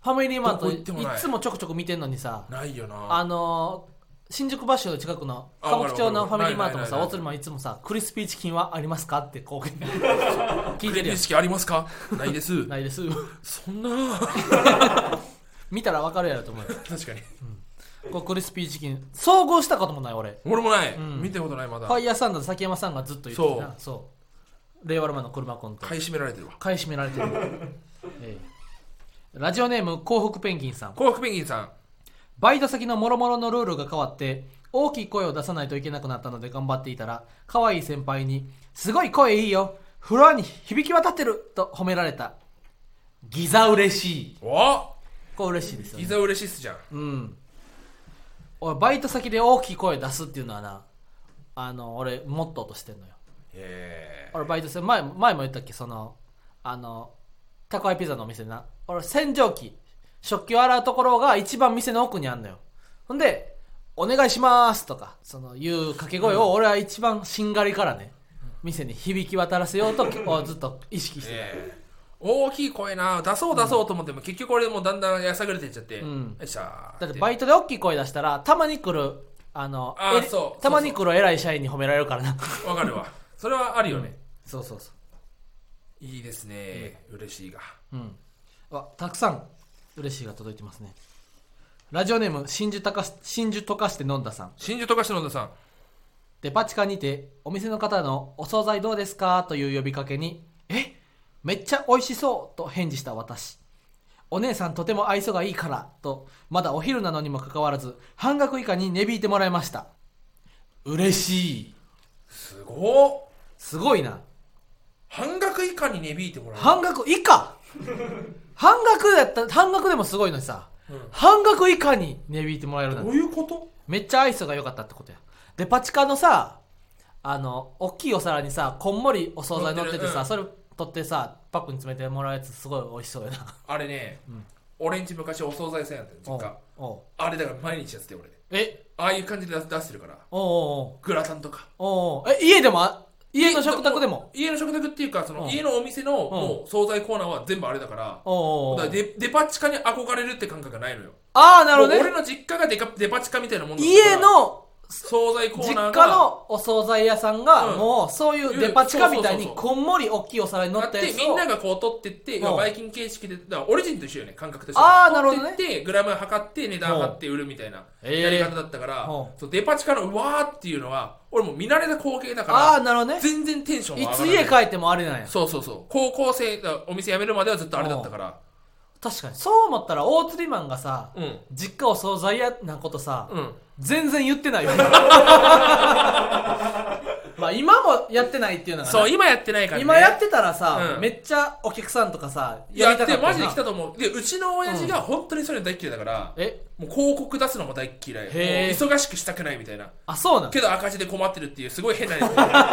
Speaker 1: ファミリーマー
Speaker 2: ど
Speaker 1: ト
Speaker 2: こ
Speaker 1: い
Speaker 2: 行ってもない
Speaker 1: つもちょくちょく見てんのにさ
Speaker 2: ないよな
Speaker 1: あのー、新宿バッシュの近くの
Speaker 2: あ
Speaker 1: 歌舞伎町のファミリーマートもさ
Speaker 2: わかるわか
Speaker 1: 大
Speaker 2: る
Speaker 1: 鶴マンいつもさクリスピーチキンはありますかってこう聞い
Speaker 2: ク
Speaker 1: てる
Speaker 2: レビ
Speaker 1: や
Speaker 2: 意
Speaker 1: ん
Speaker 2: 識ありま すかないです
Speaker 1: ないです
Speaker 2: そんな
Speaker 1: 見たらわかるやろと思うよ
Speaker 2: 確かに
Speaker 1: これクリスピーチキン総合したこともない俺
Speaker 2: 俺もない
Speaker 1: ん
Speaker 2: 見たことないまだ
Speaker 1: ファイヤーサンダー崎山さんがずっと言ってたなそう令和ロマンの車コント
Speaker 2: 買い占められてるわ
Speaker 1: 買い占められてる、ええラジオネーム幸福ペンギンさん
Speaker 2: 幸福ペンギンさん
Speaker 1: バイト先の諸々のルールが変わって大きい声を出さないといけなくなったので頑張っていたら可愛い先輩に「すごい声いいよフロアに響き渡ってる!」と褒められたギザ嬉しい
Speaker 2: お
Speaker 1: これ嬉しいですよ
Speaker 2: い
Speaker 1: ね
Speaker 2: ざ嬉しいっすじゃん
Speaker 1: うん俺バイト先で大きい声出すっていうのはなあの俺モットーとしてんのよ
Speaker 2: へえ
Speaker 1: 俺バイトして前前も言ったっけそのあの宅配ピザのお店な俺洗浄機食器を洗うところが一番店の奥にあんのよほんで「お願いします」とかそのいう掛け声を俺は一番しんがりからね店に響き渡らせようと をずっと意識して
Speaker 2: 大きい声な出そう出そうと思っても結局俺もだんだんやさぐれていっちゃっ
Speaker 1: ん
Speaker 2: てよっしゃー
Speaker 1: ただってバイトで大きい声出したらたまに来るあの
Speaker 2: あ
Speaker 1: え
Speaker 2: ーそう
Speaker 1: たまに来る偉い社員に褒められるからな
Speaker 2: わかるわそれはあるよね
Speaker 1: そうそうそう
Speaker 2: いいですね嬉しいが
Speaker 1: うん、あたくさん嬉しいが届いてますねラジオネーム真珠たかし真珠溶かして飲んださん
Speaker 2: 真珠とかしのださん
Speaker 1: デパ地下にてお店の方の「お惣菜どうですか?」という呼びかけに「えめっちゃ美味しそう!」と返事した私お姉さんとても愛想がいいからとまだお昼なのにもかかわらず半額以下に値引いてもらいました嬉しい
Speaker 2: すごっ
Speaker 1: すごいな
Speaker 2: 半額以下に値引いてもらえる
Speaker 1: 半額以下半額だった半額でもすごいのにさ、
Speaker 2: うん
Speaker 1: 半額以下に値引いてもらえるなん
Speaker 2: ど
Speaker 1: て
Speaker 2: ういうこと
Speaker 1: めっちゃ愛想が良かったってことやでパチカのさあの大きいお皿にさこんもりお惣菜乗っててさ
Speaker 2: 乗って
Speaker 1: それ取ってさパックに詰めてもらうやつすごい美味しそうやな
Speaker 2: あれね、俺んち昔お惣菜屋さんやったよ実家
Speaker 1: おうおう
Speaker 2: あれだから毎日やってて俺
Speaker 1: え
Speaker 2: ああいう感じで出出してるから
Speaker 1: おう
Speaker 2: グラタンとか
Speaker 1: おうおうおうえ家でもあ家の食卓でも
Speaker 2: 家の食卓っていうかその、
Speaker 1: うん
Speaker 2: 家のお店の、もう惣菜コーナーは全部あれだから、
Speaker 1: おうおうお
Speaker 2: だから
Speaker 1: う
Speaker 2: デデパ地下に憧れるって感覚がないのよ
Speaker 1: ああなるほど
Speaker 2: もう俺
Speaker 1: ね
Speaker 2: の実家がデカデパ地下みたいなもんだから
Speaker 1: 家の
Speaker 2: 惣菜コー
Speaker 1: 実
Speaker 2: ナーが
Speaker 1: 家のお惣菜屋さんが
Speaker 2: うん
Speaker 1: もうそういうデパ地下みたいに
Speaker 2: そうそうそう
Speaker 1: こんもり大きいお皿に乗
Speaker 2: だっ
Speaker 1: ったや
Speaker 2: て
Speaker 1: つ
Speaker 2: みん
Speaker 1: を
Speaker 2: ながこう取ってって、
Speaker 1: うん
Speaker 2: バイキン形式でだからオリジンと一緒よね感覚として
Speaker 1: あーなるほどね
Speaker 2: 取ってってグラム測って値段測って売るみたいな
Speaker 1: うんえー
Speaker 2: やり方だったから、
Speaker 1: うん
Speaker 2: そうデパ地下のうわーっていうのは俺もう見慣れた光景だ
Speaker 1: ああ
Speaker 2: か
Speaker 1: なるほど
Speaker 2: ら
Speaker 1: ね
Speaker 2: 全然テンション
Speaker 1: い
Speaker 2: は
Speaker 1: つ
Speaker 2: 上が
Speaker 1: 家
Speaker 2: ら
Speaker 1: 帰
Speaker 2: ない
Speaker 1: ってもあれなんや
Speaker 2: そうそうそう高校生だからお店辞めるまではずっとあれだったから
Speaker 1: 確かにそう思ったら大釣りマンがさ
Speaker 2: うん
Speaker 1: 実家お惣菜屋なことさ
Speaker 2: うん
Speaker 1: 全然言ってないよまあ今もやってないっていうのがね、
Speaker 2: そう今やってないからね
Speaker 1: 今やってたらさ、
Speaker 2: うん
Speaker 1: めっちゃお客さんとかさ
Speaker 2: や
Speaker 1: りた
Speaker 2: っ
Speaker 1: かた
Speaker 2: て
Speaker 1: な
Speaker 2: マジで来たと思うでうちの親父が本当にそういうの大嫌いだから、
Speaker 1: え
Speaker 2: もう広告出すのも大嫌いもう
Speaker 1: へー
Speaker 2: 忙しくしたくないみ たいな
Speaker 1: あそうなんへ
Speaker 2: けど赤字で困ってるっていうすごい変な 変なわが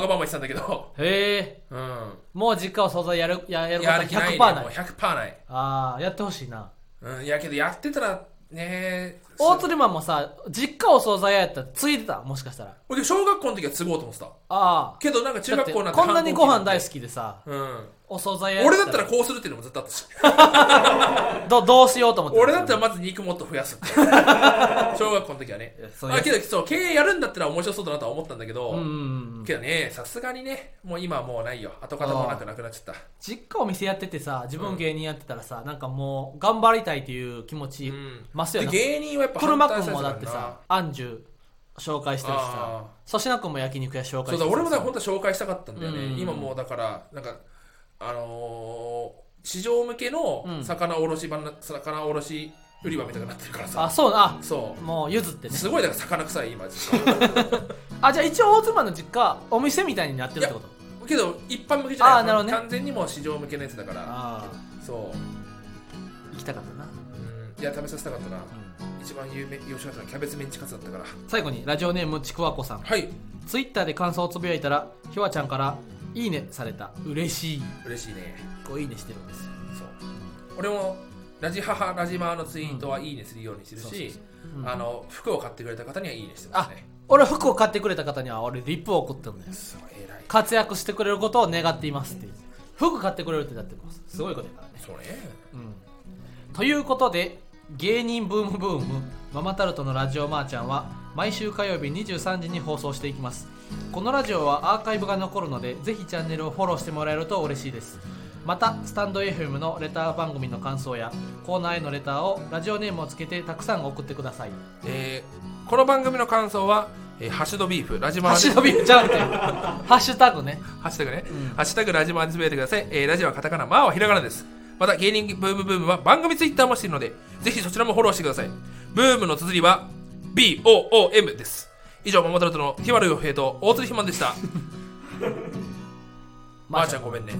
Speaker 2: まま言ってたんだけど
Speaker 1: え
Speaker 2: うん
Speaker 1: もう実家を惣菜やるややるこ
Speaker 2: やる
Speaker 1: と
Speaker 2: 気ない
Speaker 1: 100%な
Speaker 2: ね
Speaker 1: い
Speaker 2: もう100%ない、
Speaker 1: ああやってほしいな
Speaker 2: うん、いやけどやってたらね
Speaker 1: 大鶴マンもさ実家お惣菜屋やったらついてたもしかしたら
Speaker 2: 俺小学校の時は継ごうと思ってた
Speaker 1: ああ
Speaker 2: けどなんか中
Speaker 1: だって
Speaker 2: 学校になって
Speaker 1: こんなにご飯大
Speaker 2: 好
Speaker 1: 好きでさ
Speaker 2: き、うん、
Speaker 1: お惣菜屋
Speaker 2: 俺だったらこうするっていうのもずっとあったし
Speaker 1: らどどうしようと思って
Speaker 2: 俺だったら
Speaker 1: ら
Speaker 2: まず肉もっと増や すって小学校の時はね
Speaker 1: いやそう
Speaker 2: あけどそう経営やるんだったら面白そうだなとは思ったんだけど、
Speaker 1: うんうんうん
Speaker 2: けどねさすがにねもう今はもうないよ跡形もなくなくなっちゃった
Speaker 1: 実家お店やっててさ自分芸人やってたらさ、なんかもう頑張りたいっていう気持ち
Speaker 2: うん
Speaker 1: 増すよ
Speaker 2: で
Speaker 1: な、
Speaker 2: 芸人はやっぱ
Speaker 1: 車
Speaker 2: 反
Speaker 1: 君
Speaker 2: 対
Speaker 1: も
Speaker 2: さ
Speaker 1: だ
Speaker 2: れ
Speaker 1: って
Speaker 2: たからな
Speaker 1: さアンジュ紹介してるし
Speaker 2: あ
Speaker 1: さ粗品君も焼肉屋紹
Speaker 2: そ
Speaker 1: 介
Speaker 2: う
Speaker 1: して
Speaker 2: だ
Speaker 1: るし
Speaker 2: 俺もだ
Speaker 1: さ
Speaker 2: 本当は紹介したかったんだよね、
Speaker 1: うん
Speaker 2: 今もうだからなんかあのー市場向けの
Speaker 1: うん
Speaker 2: 魚卸場な魚卸売り場みたいになってるから
Speaker 1: あ
Speaker 2: さ、
Speaker 1: そうな
Speaker 2: そ
Speaker 1: あもうゆずって
Speaker 2: う
Speaker 1: ね
Speaker 2: すごいだから魚臭い今
Speaker 1: あじゃあ一応大妻の実家お店みたいになってるってこと
Speaker 2: けど一般向けじゃない
Speaker 1: あーなるほどね
Speaker 2: 完全にもう市場向けのやつだから
Speaker 1: ああ
Speaker 2: そ
Speaker 1: 行きたかったな、
Speaker 2: う、うん、いや食べさせたかったな一番有名吉野家のキャベツメンチカツだったから
Speaker 1: 最後にラジオネームちくわこさん
Speaker 2: はい
Speaker 1: ツイッターで感想をつぶやいたらひわちゃんから「いいね」された嬉しい
Speaker 2: 嬉しいね
Speaker 1: こういいねしてるんですよ
Speaker 2: そう俺もラジハハラジマーのツイートはいいねするようにす
Speaker 1: う
Speaker 2: る
Speaker 1: んそう
Speaker 2: し
Speaker 1: そ、うん
Speaker 2: あの服を買ってくれた方にはいいねしてますね
Speaker 1: 俺服を買ってくれた方には俺リップを送ってるんだよ
Speaker 2: そう偉い
Speaker 1: 活躍してくれることを願っていますっていう服買ってくれるってだってますすごいことやからね
Speaker 2: それ
Speaker 1: うんということで芸人ブームブームママタルトのラジオマーちゃんは毎週火曜日23時に放送していきますこのラジオはアーカイブが残るのでぜひチャンネルをフォローしてもらえると嬉しいですまたスタンド FM のレター番組の感想やコーナーへのレターをラジオネームをつけてたくさん送ってください
Speaker 2: えーこの番組の感想は、えーハッシュドビーフラジマ
Speaker 1: ハッ
Speaker 2: ー
Speaker 1: シ
Speaker 2: で
Speaker 1: ュタグじゃなくてハッシュタグね
Speaker 2: ハッシュタグね、ハッシュタグラジマーでつぶやいてください、えーラジオはカタカナマーはひらがなですまた芸人ブームブームは番組ツイッターもしているのでぜひそちらもフォローしてくださいブームの綴りは BOOM です以上ママタルトの日原洋平と大鶴ひまんでしたまーちゃんごめんね